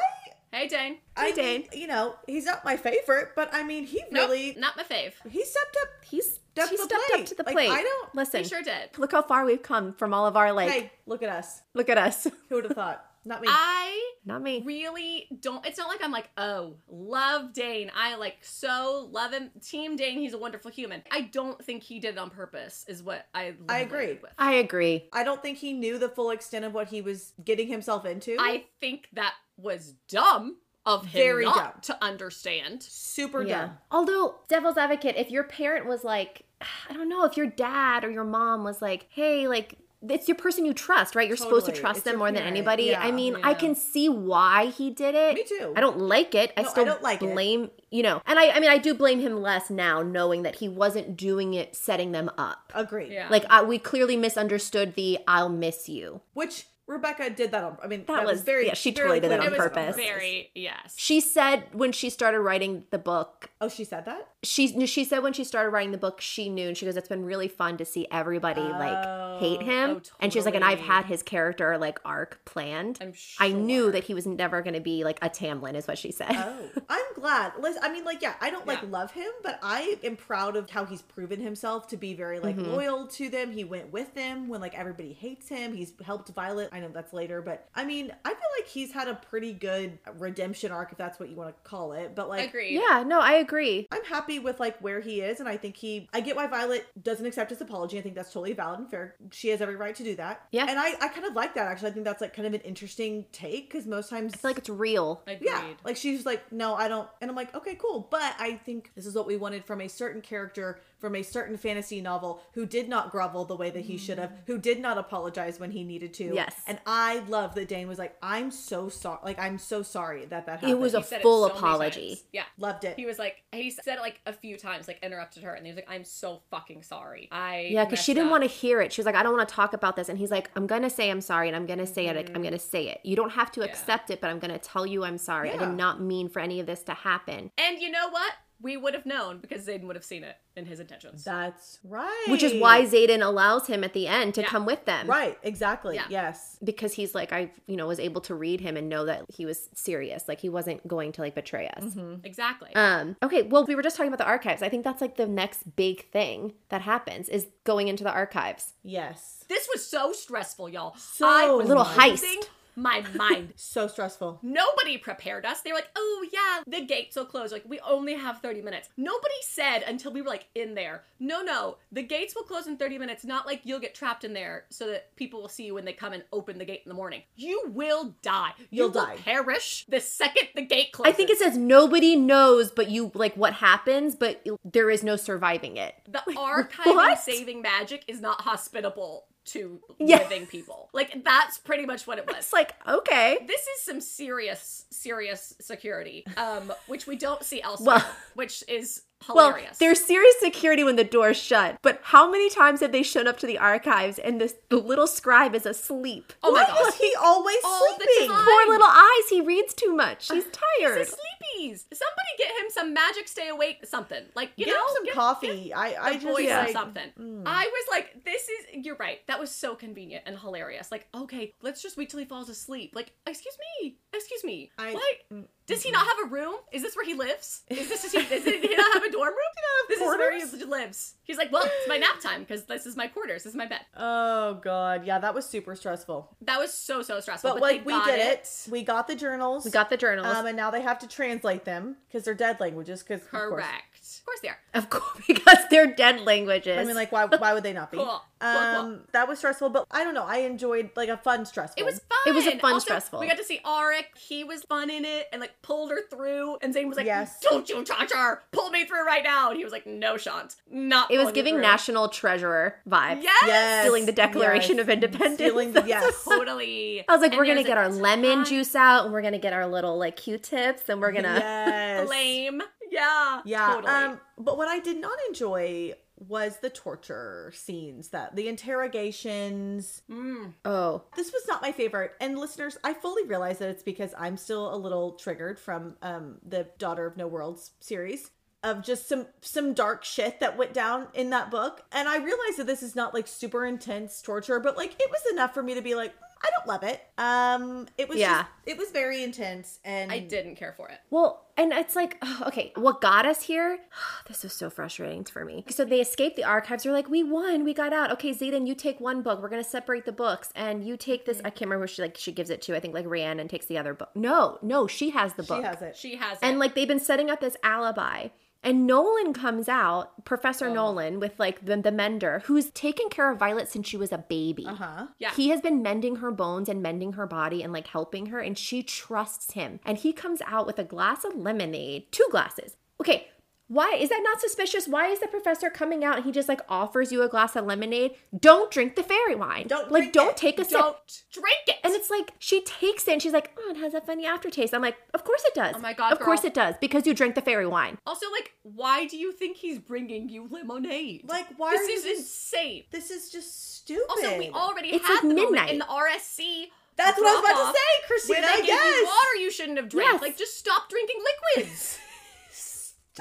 Hey Dane. I Dane. mean, you know, he's not my favorite, but I mean, he Nope, really. not my fave. He stepped up. He's Step she to the stepped up plate. to the Like, plate. I don't- listen. He sure did. Look how far we've come from all of our like. Hey, look at us. Look at us. <laughs> Who would have thought? Not me. <laughs> I Not me. really don't. It's not like I'm like, oh, love Dane. I like so love him. Team Dane, he's a wonderful human. I don't think he did it on purpose, is what I I agree. landed with. I agree. I don't think he knew the full extent of what he was getting himself into. I think that was dumb of him Very not dumb. to understand. super Yeah. dumb. Although, devil's advocate, if your parent was like, <sighs> I don't know, if your dad or your mom was like, hey, like, it's your person you trust, right? You're supposed to Totally. trust It's them your more than parent. anybody. Yeah, I mean, I can see why he did it. Me too. I don't like it. I No, I still don't like it. blame, you know, and I, I mean, I do blame him less now knowing that he wasn't doing it, setting them up. Agreed. Yeah. Like, I, we clearly misunderstood the I'll miss you. Which Rebecca did that on. I mean, that, was- was, very. yeah, she totally very did that clear. on it purpose. was very yes. She said when she started writing the book, Oh, she <laughs> said that. she no, she said when she started writing the book she knew and she goes it's been really fun to see everybody like hate him oh, and she's like and i've totally. had his character like arc planned I'm i knew sure. that he was never going to be like a tamlin is what she said Oh, I'm glad. Liz- I mean, like, yeah, I don't like Yeah. love him, but I am proud of how he's proven himself to be very like Mm-hmm. loyal to them. He went with them when like everybody hates him. He's helped Violet. I know that's later, but I mean, I feel like he's had a pretty good redemption arc, if that's what you want to call it. But like, <laughs> Agreed. yeah no i agree I'm happy with like where he is, and I think he. I get why Violet doesn't accept his apology. I think that's totally valid and fair. She has every right to do that. Yeah. and I, I kind of like that actually. I think that's like kind of an interesting take because most times I feel like it's real Agreed. yeah, like she's like, no, I don't, and I'm like, okay, cool, but I think this is what we wanted from a certain character from a certain fantasy novel who did not grovel the way that he should have, who did not apologize when he needed to. Mm. Yes. and I love that Dane was like, I'm so sorry, like I'm so sorry that that happened. it was a He said it full so many apology times. Yeah. loved it. He was like, he said it like a few times, like interrupted her, and he was like, "I'm so fucking sorry." I yeah because she didn't want want to hear it she was like i don't want to talk about this and he's like i'm gonna say i'm sorry and i'm gonna say it i'm Mm-hmm. gonna say it you don't have to accept it but i'm gonna tell you i'm sorry i Yeah. did not mean for any of this to happen to. And you know what? We would have known because Zayden would have seen it in his intentions. That's right. which is why Zayden allows him at the end to come with them. Right, exactly. Yeah. Yes. Because he's like, I, you know, was able to read him and know that he was serious. Like he wasn't going to like betray us. Mm-hmm. exactly. Um, okay, well, we were just talking about the archives. I think that's like the next big thing that happens is going into the archives. Yes. This was so stressful, y'all. So I was little losing heist. my mind. <laughs> So stressful. Nobody prepared us. They were like, oh yeah, the gates will close. Like, we only have 30 minutes. Nobody said until we were like in there, no, no, the gates will close in 30 minutes, not like you'll get trapped in there so that people will see you when they come and open the gate in the morning. You will die. You'll you will die. perish the second the gate I closes. think it says nobody knows, but you like what happens, but there is no surviving it. the archiving what? saving magic is not hospitable to Yeah. living people. Like, that's pretty much what it was. It's like okay, this is some serious serious security um which we don't see elsewhere Well- which is well, hilarious there's serious security when the door's shut. But how many times have they shown up to the archives and this the little scribe is asleep? oh my Why gosh is he always All the sleeping? time. Poor little eyes, he reads too much. He's He's a tired. sleepies somebody get him some magic stay awake something like you Get know him some get- coffee. I, I get just a voice like, hmm. or something i was like this is you're right that was so convenient and hilarious like okay let's just wait till he falls asleep like excuse me excuse me I- mm, what does he not have a room is this where he lives is this is he, does he not have a dorm room this is where quarters? he lives he's like well it's my nap time because this is my quarters this is my bed Oh god, yeah, that was super stressful. That was so so stressful. But, But, like they we got did it. We got the journals. We got the journals, um, and now they have to translate them because they're dead languages. Because correct. Of course they are. of course, <laughs> because they're dead languages. I mean, like, why, <laughs> why would they not be? Cool, cool, cool. Um, that was stressful, but I don't know. I enjoyed like a fun stressful. It was fun. It was a fun Also, stressful. We got to see Arik. He was fun in it and like pulled her through. And Zane was like, Yes. "Don't you touch her! Pull me through right now!" And he was like, "No, Shant, not." it was pulling you giving through." National Treasurer vibes. Yes. Yes. Stealing the Declaration Yes. of Independence. Stealing <laughs> the, yes. <laughs> Totally. I was like, And we're gonna there's get a our lemon ton- juice out, and we're gonna get our little like Q-tips, and we're gonna. yes. Lame. Yeah. Yeah. Totally. Um, but what I did not enjoy was the torture scenes, that the interrogations. Mm. Oh, This was not my favorite. And listeners, I fully realize that it's because I'm still a little triggered from um, the Daughter of No Worlds series of just some some dark shit that went down in that book. And I realize that this is not like super intense torture, but like it was enough for me to be like, "Mm, I don't love it. Um, it was Yeah. just- it was very intense, and I didn't care for it. Well, and it's like, ugh, okay, what got us here? <sighs> This was so frustrating for me. So they escaped the archives. They're like, we won, we got out. Okay, Zayden, you take one book. We're gonna separate the books, and you take this. I can't remember who she like she gives it to. I think like Rhiannon takes the other book. No, no, she has the book. she has it. She has. And it. like they've been setting up this alibi. And Nolan comes out, Oh. Professor Nolan, with like the, the mender who's taken care of Violet since she was a baby. Uh-huh. Yeah. He has been mending her bones and mending her body and like helping her, and she trusts him. And he comes out with a glass of lemonade, two glasses. Okay. Why is that not suspicious? Why is the professor coming out and he just like offers you a glass of lemonade? Don't drink the fairy wine. Don't like drink don't it. take a sip. don't drink it. And it's like she takes it and she's like, "Oh, it has a funny aftertaste." I'm like, "Of course it does." Oh my God, Of course girl. it does because you drank the fairy wine. also like, why do you think he's bringing you lemonade? Like, why This are you is just- insane. This is just stupid. Also, we already It's had like the moment midnight. in the RSC. That's what I was about to drop-off say, Christina, Where they gave yes. you water you shouldn't have drank. Yes. Like, just stop drinking <laughs> liquids.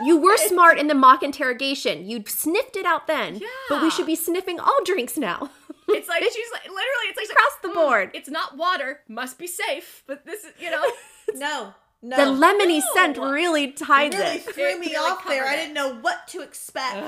You were smart in the mock interrogation. You sniffed it out then. But we should be sniffing all drinks <laughs> now. it's like she's like literally. It's like she's Across the like, "Mm, board." It's not water. Must be safe. But this is <laughs> you know. No, no. the lemony scent no. really tied really it. threw It me really off there. covered I it. didn't know what to expect.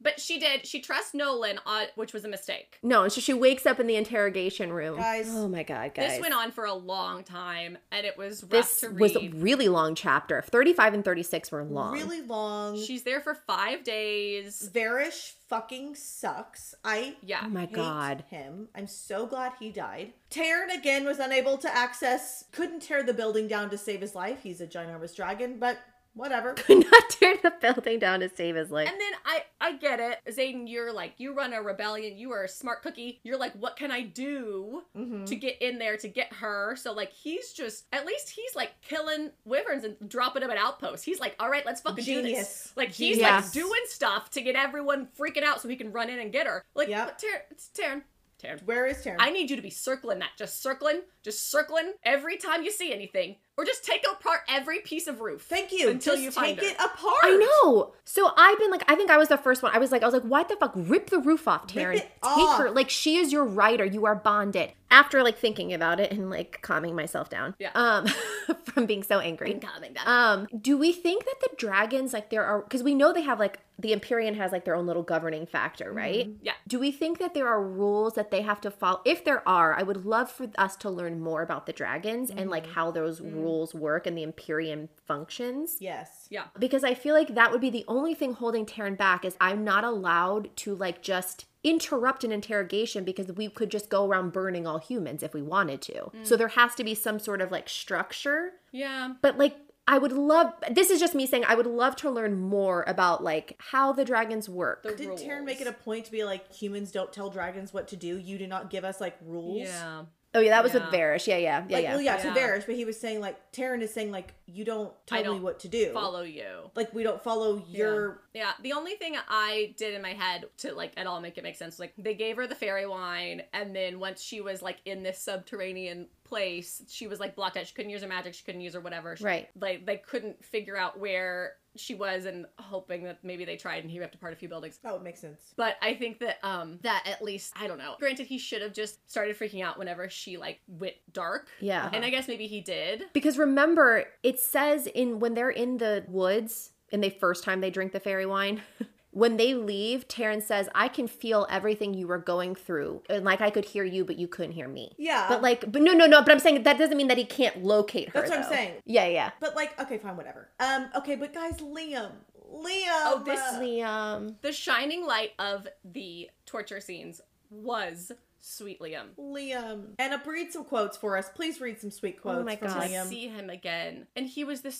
but she did. She trusts Nolan, on, which was a mistake. No, and so she wakes up in the interrogation room. Guys. oh my god, guys. This went on for a long time, and it was rough This to was a read. really long chapter. 35 and 36 were long. Really long. She's there for five days. Varish fucking sucks. I Yeah. Oh my hate god. him. I'm so glad he died. Taryn again was unable to access. Couldn't tear the building down to save his life. He's a ginormous dragon, but whatever. Could <laughs> not tear the building down to save his life. And then I I get it. Zayden, you're like, you run a rebellion, you are a smart cookie. You're like, what can I do Mm-hmm. to get in there to get her? So like he's just at least he's like killing wyverns and dropping them at outposts. He's like, all right, let's fucking do Genius. this. Like he's Genius. like doing stuff to get everyone freaking out so he can run in and get her. Like Yep. but Taryn it's Taryn. Taryn. Where is Taryn? I need you to be circling that. Just circling, just circling every time you see anything. Or just take apart every piece of roof. Thank you. Until Just you find take her. it apart. I know. So I've been like, I think I was the first one. I was like, I was like, what the fuck? Rip the roof off, Taryn. it Take off. her. Like, she is your writer. You are bonded. after like thinking about it and like calming myself down Yeah. um <laughs> from being so angry coming down. um do we think that the dragons like there are because we know they have like the empyrean has like their own little governing factor right Yeah. do we think that there are rules that they have to follow if there are i would love for us to learn more about the dragons and like how those rules work and the empyrean functions Yes. yeah. because I feel like that would be the only thing holding Taryn back is I'm not allowed to like just interrupt an interrogation because we could just go around burning all humans if we wanted to. So there has to be some sort of like structure. Yeah. But like I would love this is just me saying I would love to learn more about like how the dragons work. The Did rules. Taryn make it a point to be like, humans don't tell dragons what to do? You do not give us like rules? Yeah. oh yeah, that was Yeah. with Varish. Yeah, yeah. Yeah, Like, yeah. well, yeah, Yeah. to Varys, but he was saying like, Taryn is saying like, you don't tell I me don't what to do. Follow you. Like, we don't follow your. Yeah, the only thing I did in my head to like at all make it make sense, like they gave her the fairy wine, and then once she was like in this subterranean place, she was like blocked out. She couldn't use her magic. She couldn't use her whatever. She, Right. Like they couldn't figure out where she was, and hoping that maybe they tried and he ripped apart a few buildings. That would make sense. But I think that um that at least I don't know. Granted, he should have just started freaking out whenever she like went dark. Yeah. and I guess maybe he did. Because remember, it says in when they're in the woods and they first time they drink the fairy wine. <laughs> When they leave, Taryn says, I can feel everything you were going through. And like I could hear you, but you couldn't hear me. Yeah. But like, but no, no, no. But I'm saying that doesn't mean that he can't locate her. That's what I'm though. saying. Yeah, yeah. But like, okay, fine, whatever. Um, okay, but guys, Liam, Liam. Oh, this uh, Liam. The shining light of the torture scenes was sweet Liam. Liam. Anna, read some quotes for us. Please read some sweet quotes my from God. to Liam. Oh see him again. And he was the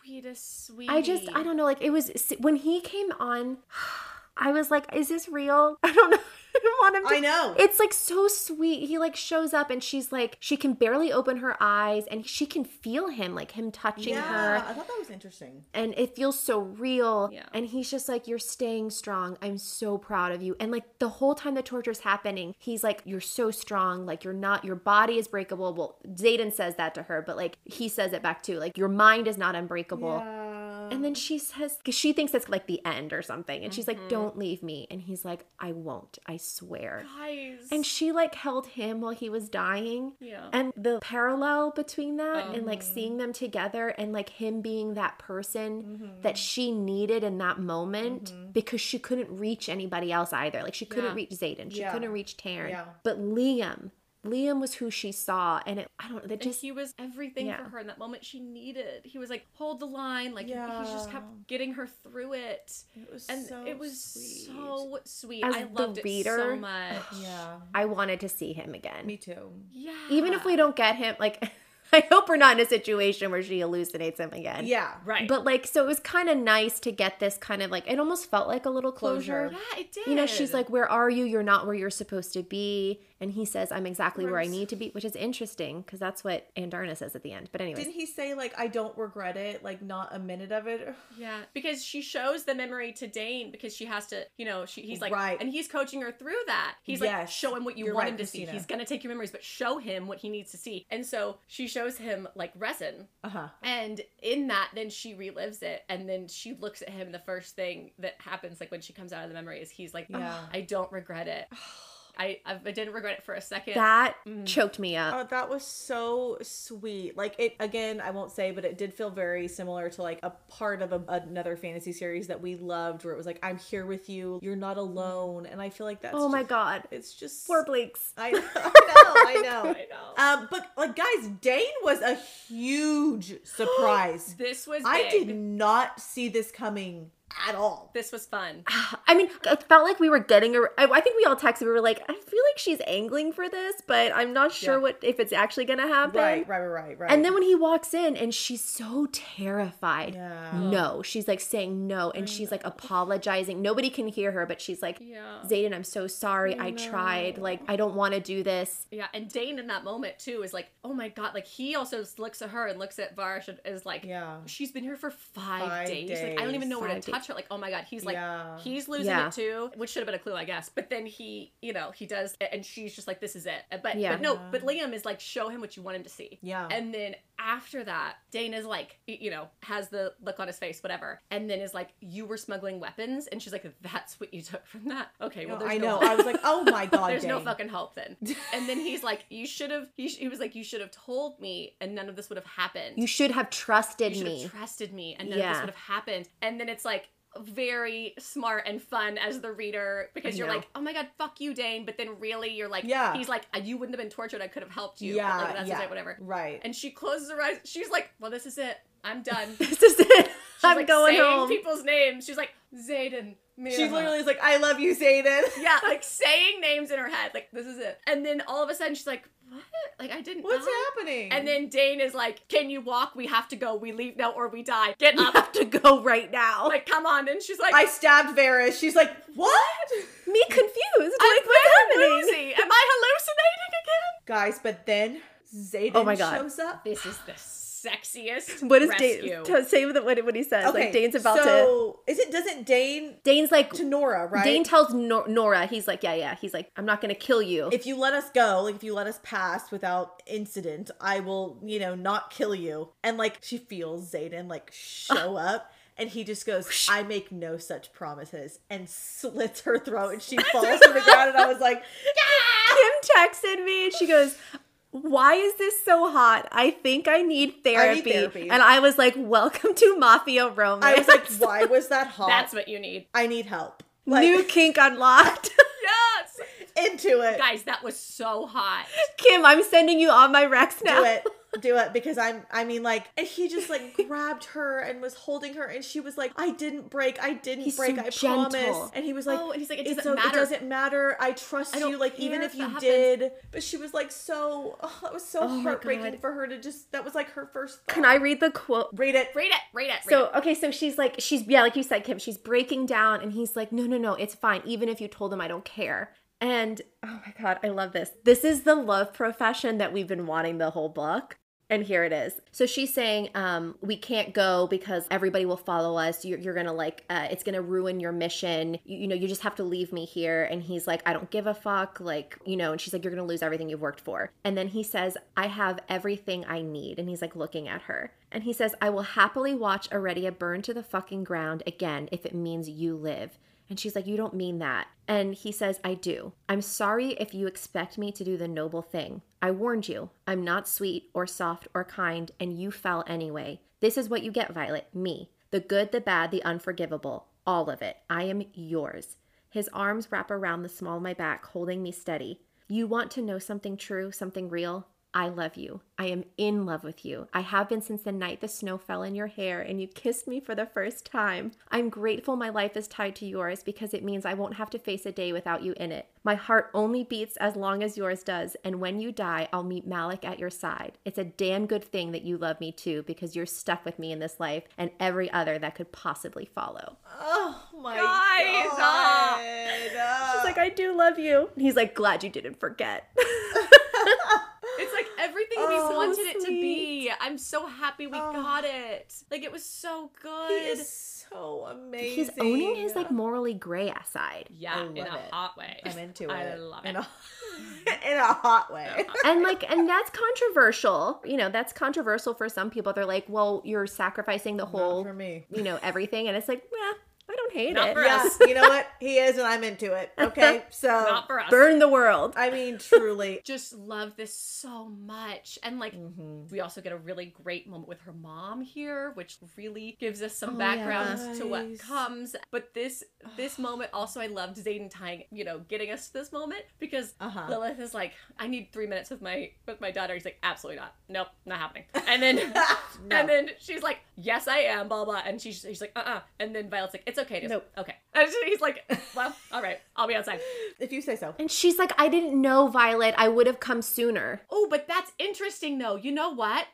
sweetest, sweet. I just, I don't know. Like, it was when he came on, <sighs> I was like, is this real? <laughs> I don't know. I didn't want him to I know. It's like so sweet. He like shows up and she's like she can barely open her eyes and she can feel him like him touching yeah, her I thought that was interesting. and it feels so real. Yeah. And he's just like you're staying strong. I'm so proud of you. And like the whole time the torture's happening, he's like you're so strong. Like you're not your body is breakable. Well, Zayden says that to her, but like he says it back too. Like your mind is not unbreakable. Yeah. And then she says, because she thinks that's like the end or something. And she's Mm-hmm. like, don't leave me. And he's like, I won't. I swear. Guys. And she like held him while he was dying. Yeah. And the parallel between that and like Oh. seeing them together and like him being that person Mm-hmm. that she needed in that moment because she couldn't reach anybody else either. Like she couldn't Yeah. reach Zayden. She Yeah. couldn't reach Taryn. Yeah. But Liam, Liam was who she saw. And it, I don't, that And just, he was everything Yeah. for her in that moment she needed. He was like, hold the line. Like, he just Yeah. kept getting her through it. It was And so it was sweet. so sweet. As I the loved it reader- <sighs> so much. Yeah. I wanted to see him again. Me too. Yeah. Even if we don't get him, like, <laughs> I hope we're not in a situation where she hallucinates him again. Yeah. Right. But like, so it was kind of nice to get this kind of like, it almost felt like a little closure. yeah, it did. You know, she's like, Where are you? You're not where you're supposed to be. And he says, I'm exactly where I need to be, which is interesting because that's what Andarna says at the end. But, anyways, Didn't he say like I don't regret it? Like not a minute of it. <sighs> Yeah, because she shows the memory to Dane because she has to, you know, she, he's like, Right. and he's coaching her through that. He's like, Yes. show him what you You're want right, him to see. Christina. He's gonna take your memories, but show him what he needs to see. And so she shows him like resin, Uh huh. and in that, then she relives it, and then she looks at him. The first thing that happens, like when she comes out of the memory, is he's like, Yeah. I don't regret <sighs> it. I I didn't regret it for a second. that choked me up. Oh, that was so sweet. Like it again, I won't say, but it did feel very similar to like a part of a, another fantasy series that we loved, where it was like, "I'm here with you. You're not alone." And I feel like that's oh my just- God. it's just Poor Bleaks. I, <laughs> <laughs> I know, I know. I <laughs> know. Um, but like, guys, Dane was a <gasps> huge surprise. this was I big. did not see this coming at all. This was fun. <sighs> Ah, I mean, it felt like we were getting a. I I think we all texted. We were like, I feel like she's angling for this, but I'm not sure Yeah. what if it's actually going to happen. Right, right, right, right. And then when he walks in and she's so terrified. yeah, Mm. No, she's like saying no and she's like apologizing. Nobody can hear her, but she's like, Yeah. Zayden, I'm so sorry. I tried. Like, I don't want to do this. Yeah, and Dane in that moment too is like, oh my god, like he also looks at her and looks at Varsh and is like, Yeah. she's been here for five, Five days. Like I don't even know where to days. Five touch her. Like oh my god, he's like, Yeah. he's losing Yeah. it too, which should have been a clue, I guess. But then he, you know, he does, and she's just like, this is it. But Yeah. but no, but Liam is like, show him what you want him to see. Yeah. and then after that, Dana's like, y- you know, has the look on his face, whatever, and then is like, "You were smuggling weapons," and she's like, "That's what you took from that." Okay, well, there's I no know. <laughs> hope. I was like, oh my god, There's no Dane. fucking <laughs> hope then. And then he's like, "You should have." He, sh- he was like, "You should have told me, and none of this would have happened." You should have trusted you should me. <laughs> have trusted me and none of Yeah. this would have happened and then it's like very smart and fun as the reader because I you're know. like oh my god fuck you dane but then really you're like Yeah. he's like you wouldn't have been tortured i could have helped you Yeah, but like, that's yeah, okay, whatever right. and she closes her eyes she's like well this is it <laughs> i'm done she's this is it. I'm like going saying home. people's names she's like zayden she Mira." literally is like, I love you, Zayden. yeah like saying names in her head like this is it and then all of a sudden she's like what like i <laughs> didn't What's know. Uh-huh. happening? and then Dane is like, "Can you walk? We have to go. We leave now, or we die. Get I up." have <laughs> to go right now. <laughs> like come on and she's like I stabbed Vera. She's like, <laughs> what? me confused. I'm like what's very happening? <laughs> woozy. am i hallucinating again Guys, but then Zayden Oh my God. shows up. this is the <laughs> sexiest What is Dane? rescue. To say what, what he says. Like Dane's about to. so is it doesn't Dane Dane's like. to Nora, right? Dane tells Nor- Nora. He's like, yeah, yeah. He's like, I'm not gonna kill you. if you let us go, like if you let us pass without incident, I will, you know, not kill you. And like she feels Zayden like <laughs> show up and he just goes, I make no such promises and slits her throat <laughs> and she falls to the ground and I was like, Kim texted me and she goes, Why is this so hot? I think I need therapy. therapy. And I was like, Welcome to Mafia romance. I <laughs> was like, why was that hot? that's what you need I need help. Like <laughs> New kink unlocked. <laughs> yes into it. guys that was so hot Kim, I'm sending you all my recs now. do it do it because i'm i mean like and he just like grabbed her and was holding her and she was like i didn't break i didn't He's break so i promise gentle. and he was like Oh, and he's like, it "It's doesn't okay- matter. it doesn't matter i trust I don't you like even care if if you that did but she was like so oh, that was so my heartbreaking God. for her to just that was like her first thought. Can I read the quote? read it read it read it read So it. okay, so she's like she's yeah, like you said, Kim, she's breaking down and he's like, No, no, no, it's fine. Even if you told him I don't care. And oh my god, I love this. This is the love profession that we've been wanting the whole book. And here it is. So she's saying, um, we can't go because everybody will follow us. You're, you're gonna like, uh, it's gonna ruin your mission. You, you know, you just have to leave me here. And he's like, I don't give a fuck. Like, you know, and she's like, you're gonna lose everything you've worked for. And then he says, I have everything I need. And he's like looking at her. And he says, I will happily watch Aurelia burn to the fucking ground again if it means you live. And she's like, You don't mean that. And he says, I do. I'm sorry if you expect me to do the noble thing. I warned you. I'm not sweet or soft or kind, and you fell anyway. This is what you get, Violet me. The good, the bad, the unforgivable. All of it. I am yours. His arms wrap around the small of my back, holding me steady. You want to know something true, something real? I love you. I am in love with you. I have been since the night the snow fell in your hair and you kissed me for the first time. I'm grateful my life is tied to yours because it means I won't have to face a day without you in it. My heart only beats as long as yours does, and when you die, I'll meet Malik at your side. It's a damn good thing that you love me too because you're stuck with me in this life and every other that could possibly follow. oh my Guys, god She's like, I do love you. And he's like, glad you didn't forget. <laughs> it's like everything we Oh, wanted it to be i'm so happy we got it like it was so good he is so amazing he's owning his like morally gray ass side. yeah in a love it. hot way i'm into it <laughs> i love in it a, <laughs> in a hot way and like and that's controversial you know that's controversial for some people they're like well you're sacrificing the whole for me. you know everything and it's like well i don't hate Not it for us. Yes, you know what? He is, and I'm into <laughs> it. Okay, so not for us burn the world I mean, truly, just love this so much. And like, Mm-hmm. we also get a really great moment with her mom here, which really gives us Oh, some background to what Nice. comes. But this <sighs> this moment also, I loved Zayden tying, you know, getting us to this moment because Uh-huh. Lilith is like, I need three minutes with my with my daughter. He's like, absolutely not. Nope, not happening. And <laughs> then and then she's like, yes, I am. Blah blah. And she's she's like, uh uh And then Violet's like, it's okay. Dude. Nope. Okay. And he's like, well, all right, I'll <laughs> be outside. if you say so. and she's like i didn't know violet i would have come sooner Oh, but that's interesting though. You know what?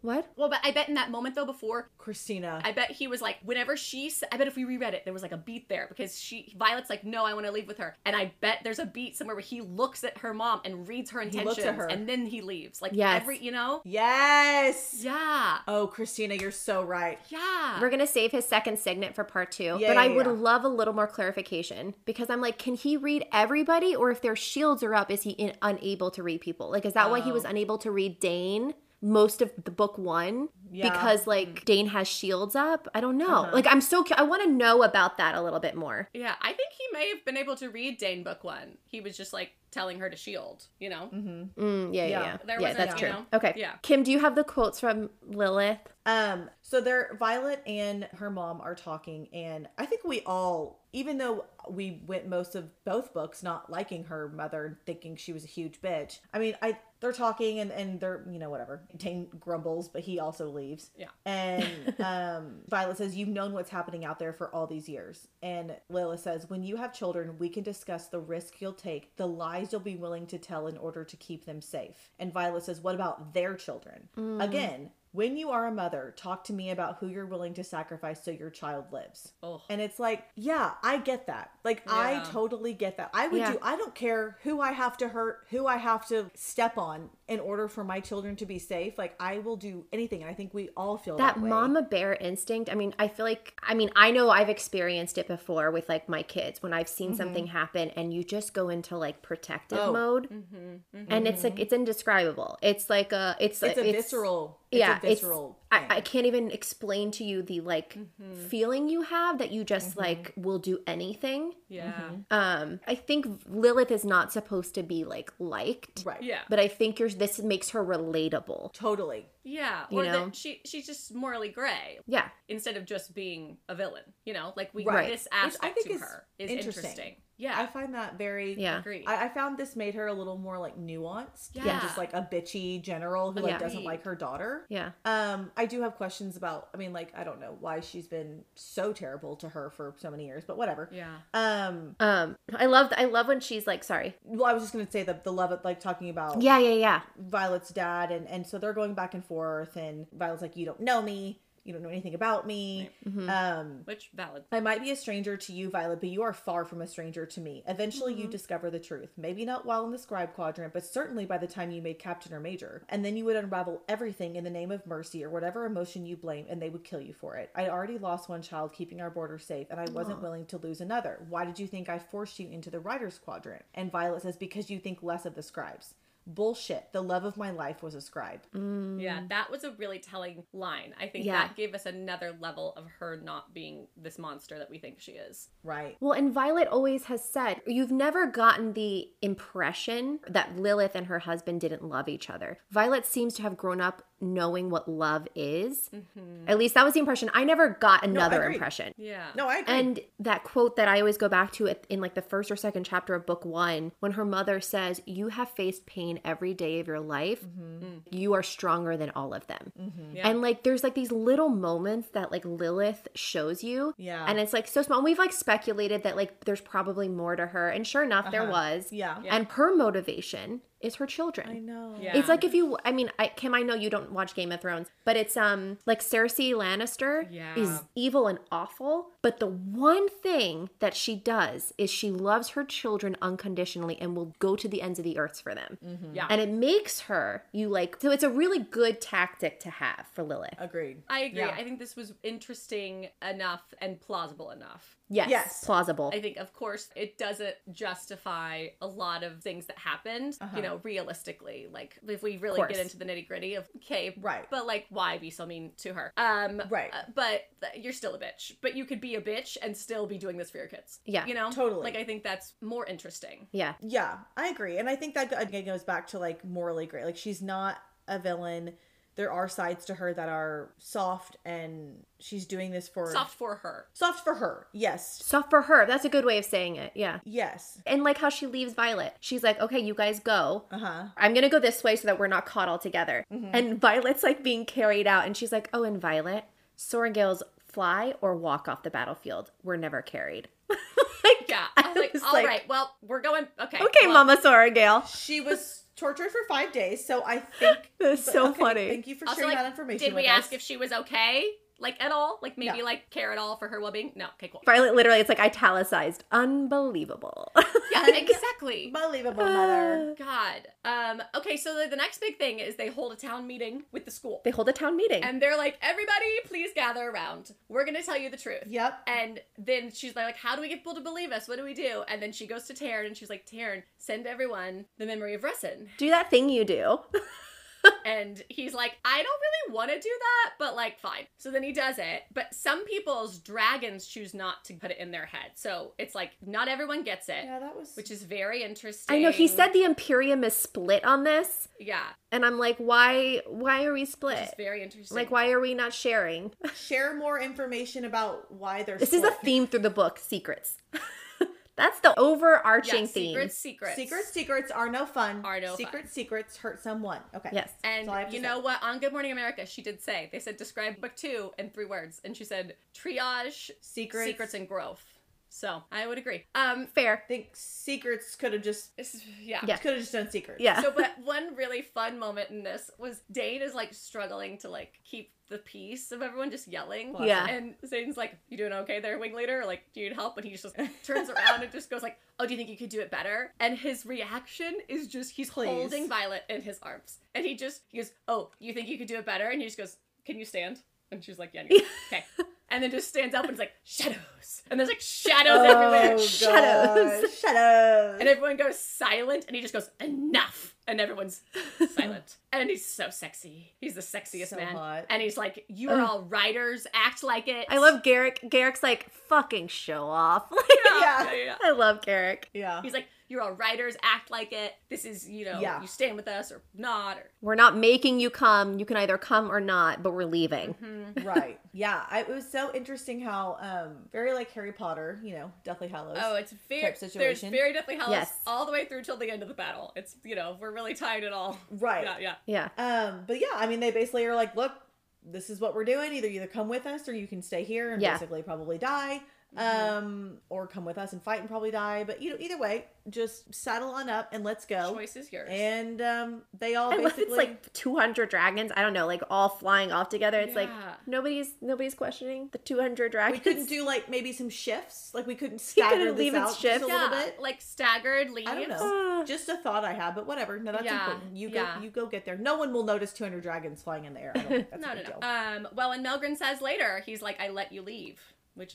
what Well, but I bet in that moment though, before Christina, I bet he was like, whenever she, s- I bet if we reread it, there was like a beat there because she, Violet's like, no, I want to leave with her, and I bet there's a beat somewhere where he looks at her mom and reads her looks at intentions, her. and then he leaves. Like Yes. every, you know, yes. yeah, Oh, Christina, you're so right. yeah. we're gonna save his second signet for part two Uh, Yeah, but i yeah, would yeah. love a little more clarification because i'm like can he read Oh. everybody or if their shields are up is he in, unable to read people like is that why he was unable to read dane most of the book one Yeah. Mm. Uh-huh. because like Dane has shields up. I don't know. Like I'm so cu- I want to know about that a little bit more. Yeah, I think he may have been able to read Dane Book One. He was just like telling her to shield, you know? Mm-hmm. Mm, yeah, yeah, Yeah, yeah. there yeah wasn't, that's you true. know, okay. yeah. Kim, do you have the quotes from Lilith? Um, so they're Violet and her mom are talking, and I think we all, even though we went most of both books not liking her mother and thinking she was a huge bitch. I mean, I they're talking and and they're you know whatever. Dane grumbles, but he also leaves. Yeah. And <laughs> um, Violet says, "You've known what's happening out there for all these years." And Lila says, "When you have children, we can discuss the risk you'll take, the lies you'll be willing to tell in order to keep them safe." And Violet says, "What about their children?" Mm. Again. When you are a mother, talk to me about who you're willing to sacrifice so your child lives. Ugh. And it's like, yeah, I get that. Like, I Yeah. totally get that. I would Yeah. do, I don't care who I have to hurt, who I have to step on in order for my children to be safe. Like, I will do anything. And I think we all feel that, that way. mama bear instinct i mean i feel like i mean i know i've experienced it before with like my kids when i've seen something Mm-hmm. happen and you just go into like protective Oh. mode and it's like it's indescribable it's like a it's Mm-hmm. It's like a visceral, it's yeah a visceral. it's, I, thing. Mm-hmm. I can't even explain to you the like feeling you have that you just like will do anything Yeah. Mm-hmm. um i think lilith is not supposed to be like liked right. Yeah. but i think you're this makes her relatable Totally. Yeah. You Or know? that she she's just morally gray yeah instead of just being a villain. You know, like we Right. this I aspect think to is her is interesting. interesting. I Yeah. find that very yeah Agree. I, I found this made her a little more like nuanced yeah. Yeah. than just like a bitchy general who like Yeah. doesn't like her daughter. yeah Um, I do have questions about. I mean, like I don't know why she's been so terrible to her for so many years, but whatever. yeah. Um, Um, I love I love when she's like, sorry. well, I was just gonna say the the love of like talking about Yeah, yeah, yeah. Violet's dad, and and so they're going back and forth, and Violet's like, you don't know me, you don't know anything about me. Um, Which valid. I might be a stranger to you, Violet, but you are far from a stranger to me. Eventually, you discover the truth. Maybe not while in the scribe quadrant, but certainly by the time you made captain or major. And then you would unravel everything in the name of mercy or whatever emotion you blame, and they would kill you for it. I already lost one child keeping our border safe, and I wasn't willing to lose another. Why did you think I forced you into the writer's quadrant? And Violet says, Because you think less of the scribes. Bullshit. The love of my life was a scribe. Yeah. That was a really telling line. I think Yeah. that gave us another level of her not being this monster that we think she is. Right. Well, and Violet always has said, you've never gotten the impression that Lilith and her husband didn't love each other. Violet seems to have grown up knowing what love is. At least that was the impression. Mm-hmm. I never got another agree. impression. Yeah. No, I agree. And that quote that I always go back to at- in like the first or second chapter of book one, when her mother says, You have faced pain every day of your life. Mm-hmm. You are stronger than all of them. Yeah. And like, there's like these little moments that like Lilith shows you. Yeah. And it's like so small. And we've like speculated that like there's probably more to her. And sure enough, there was. Uh-huh. yeah. And her motivation is her children. I know. Yeah. It's like if you, I mean, I, Kim, I know you don't watch Game of Thrones, but it's um like Cersei Lannister Yeah. is evil and awful, but the one thing that she does is she loves her children unconditionally and will go to the ends of the earth for them, Yeah. and it makes her you like. So it's a really good tactic to have for Lilith. Uh, Agreed. I agree. Yeah. I think this was interesting enough and plausible enough. Yes, Yes. plausible. I think, of course, it doesn't justify a lot of things that happened, you know, realistically. Like, if we really Course. get into the nitty gritty of, okay, Right. but like, why be so mean to her? Um, Right. uh, but th- you're still a bitch. But you could be a bitch and still be doing this for your kids. Yeah, You know? totally. Like, I think that's more interesting. yeah, Yeah, I agree. And I think that again goes back to like morally great. Like she's not a villain. There are sides to her that are soft and she's doing this for Soft for <laughs> her. soft for her. Yes. so for her, that's a good way of saying it. Yeah. Yes. And like how she leaves Violet. She's like, okay, you guys go. Uh-huh. I'm gonna go this way so that we're not caught all together. And Violet's like being carried out, and she's like, "Oh, and Violet, Sorengale's fly or walk off the battlefield. We're never carried." like, Yeah. I was like, was all right. like- well, we're going, okay. <laughs> okay, well, Mama Sorengale, She <laughs> was tortured for 5 days, so I think that's so Okay, funny. Thank you for Also, sharing like, that information. did we with ask us. if she was okay? Like, at all? Like, maybe, No. like, care at all for her well being? No. Okay, cool. Violet literally, it's like italicized, unbelievable. <laughs> Yeah, exactly. Unbelievable, <sighs> mother. God. Um, okay, so the, the next big thing is they hold a town meeting with the school. they hold a town meeting. And they're like, everybody, please gather around. We're going to tell you the truth. Yep. And then she's like, how do we get people to believe us? What do we do? And then she goes to Taryn and she's like, Taryn, send everyone the memory of Resin. do that thing you do. and he's like, I don't really want to do that, but like, fine. So then he does it. But some people's dragons choose not to put it in their head. So it's like, not everyone gets it, Yeah, that was. which is very interesting. I know he said the Imperium is split on this, yeah, and I'm like, why? Why are we it's split? very interesting. Like, why are we not sharing? <laughs> Share more information about why they're. This is a split. theme through the book: secrets. <laughs> That's the overarching yeah, theme. secrets, secrets, Secret secrets are no fun. Are no secret fun. secrets hurt someone. Okay. Yes. And That's all I have to you say. know what? On Good Morning America, she did say they said describe book two in three words, and she said triage, Secrets. secrets, and growth. So I would agree. Um, Fair. I think secrets could have just this is- yeah. Yeah. could have just done secrets. <laughs> Yeah. So, but one really fun moment in this was Dane is like struggling to like keep the peace of everyone just yelling. Yeah. And Zane's like, "You doing okay there, wing leader? Like, do you need help?" And he just turns around and just goes like, "Oh, do you think you could do it better?" And his reaction is just he's Please. holding Violet in his arms, and he just he goes, "Oh, you think you could do it better?" And he just goes, "Can you stand?" And she's like, "Yeah." And he goes, okay. And then just stands up and is like, "Shadows," and there's like shadows Oh, everywhere. Oh, <laughs> Shadows. gosh, <laughs> Shadows. And everyone goes silent, and he just goes, enough! <laughs> And everyone's silent. And he's so sexy. He's the sexiest So man. hot. And he's like, you are all writers, act like it. I <laughs> love Garrick. Garrick's like fucking show off. <laughs> Like, Yeah. Yeah, yeah. I love Garrick. yeah. He's like, you're all writers, act like it. This is, you know, Yeah. you stand with us or not. Or We're not making you come. You can either come or not, but we're leaving. <laughs> Mm-hmm. right. Yeah. I, it was so interesting how um very like Harry Potter, you know, Deathly Hallows. Oh, it's very Type situation. There's very definitely Hallows Yes. all the way through till the end of the battle. It's you know we're really tied at all. Right. Yeah, yeah. Yeah. Um, but yeah, I mean, they basically are like, look, this is what we're doing. Either you either come with us, or you can stay here and Yeah. Mm-hmm. basically probably die. Um, or come with us and fight and probably die. But you know, either way, just saddle on up and let's go. Choice is yours. And um, they all Unless basically it's like 200 dragons, I don't know, like all flying off together. It's like Yeah. nobody's nobody's questioning the 200 we dragons. couldn't do like maybe some shifts. Like we couldn't stagger couldn't this leave its out just shifts. a yeah, little bit. like staggered leaves. I don't know. Ah. Just a thought I had, but whatever. No, that's Uh. Yeah, important. You go, yeah. you go get there. No one will notice 200 dragons flying in the air. I don't <laughs> think that's No, a no, big no. deal. Um, well, and Melgren says later, he's like, I let you leave, which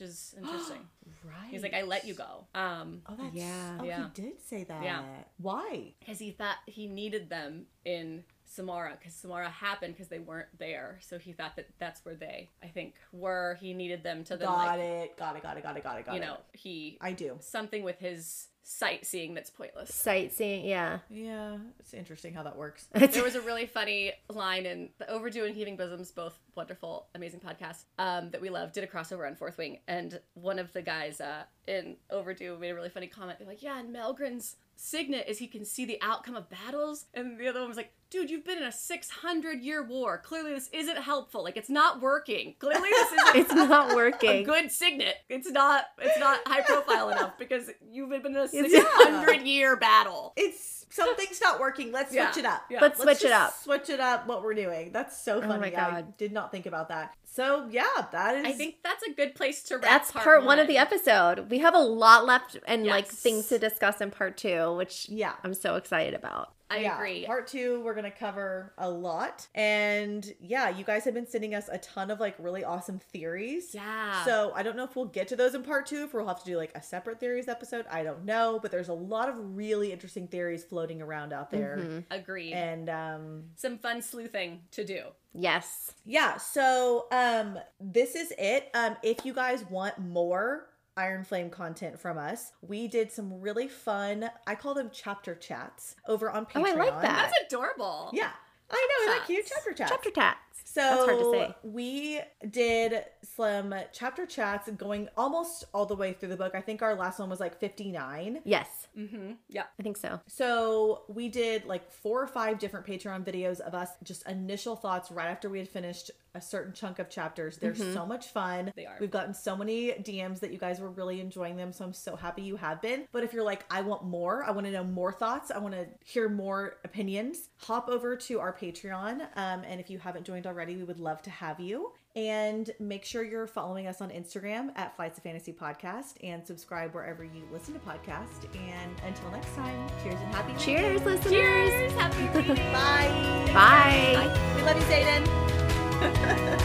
<gasps> is interesting. right. he's like, I let you go. Um, Oh, that's Yeah. Oh, Yeah. he did say that. Yeah. Why? because he thought he needed them in Samara, because Samara happened because they weren't there. So he thought that that's where they, I think, were. He needed them to then, Got like, it. Got it. Got it. Got it. Got it. Got you it. know, he, I do. something with his sightseeing that's pointless. <laughs> Sightseeing, yeah. Yeah, it's interesting how that works. there was a really funny line in the overdue and heaving bosoms both wonderful amazing podcasts um, that we love did a crossover on fourth wing and one of the guys uh, in overdue made a really funny comment they're like yeah and melgren's signet is he can see the outcome of battles and the other one was like dude you've been in a 600 year war clearly this isn't helpful like it's not working clearly this <laughs> isn't It's not <laughs> a working. good signet. It's not. It's not high profile enough because you've been in a six hundred year battle. <laughs> It's something's not working. Let's switch Yeah, it up. yeah. Let's switch it just up. Oh Switch it up. What we're doing. That's so funny. my I God. did not think about that. So yeah, that is. I think that's a good place to wrap. That's part, one of one. the episode. We have a lot left and like Yes. things to discuss in part two, which Yeah. I'm so excited about. I yeah, agree. Part two, we're gonna cover a lot, and yeah, you guys have been sending us a ton of like really awesome theories. Yeah. So I don't know if we'll get to those in part two, if we'll have to do like a separate theories episode. I don't know, but there's a lot of really interesting theories floating around out there, Mm-hmm. Agreed. and um, Some fun sleuthing to do. Yes. yeah. So um, this is it. Um, if you guys want more. Iron Flame content from us. We did some really fun, I call them chapter chats over on Patreon. Oh, I like that. That's adorable. Yeah. I know, isn't that cute? Chats. Chapter chats. Chapter tats. So That's hard to say. we did some chapter chats going almost all the way through the book. I think our last one was like 59. Yes. Mm-hmm. Yeah. I think so. So we did like four or five different Patreon videos of us just initial thoughts right after we had finished a certain chunk of chapters. They're so much fun. They are. We've gotten so many DMs that you guys were really enjoying them. So I'm so happy you have been. But if you're like, I want more, I want to know more thoughts, I want to hear more opinions, hop over to our Patreon. Um, and if you haven't joined already, we would love to have you. And make sure you're following us on Instagram at Flights of Fantasy Podcast and subscribe wherever you listen to podcasts. And until next time, cheers and happy reading. Cheers, listeners. Cheers. Happy reading. Bye. Bye. We love you, Zayden.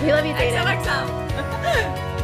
We love you, Zayden. XOXO.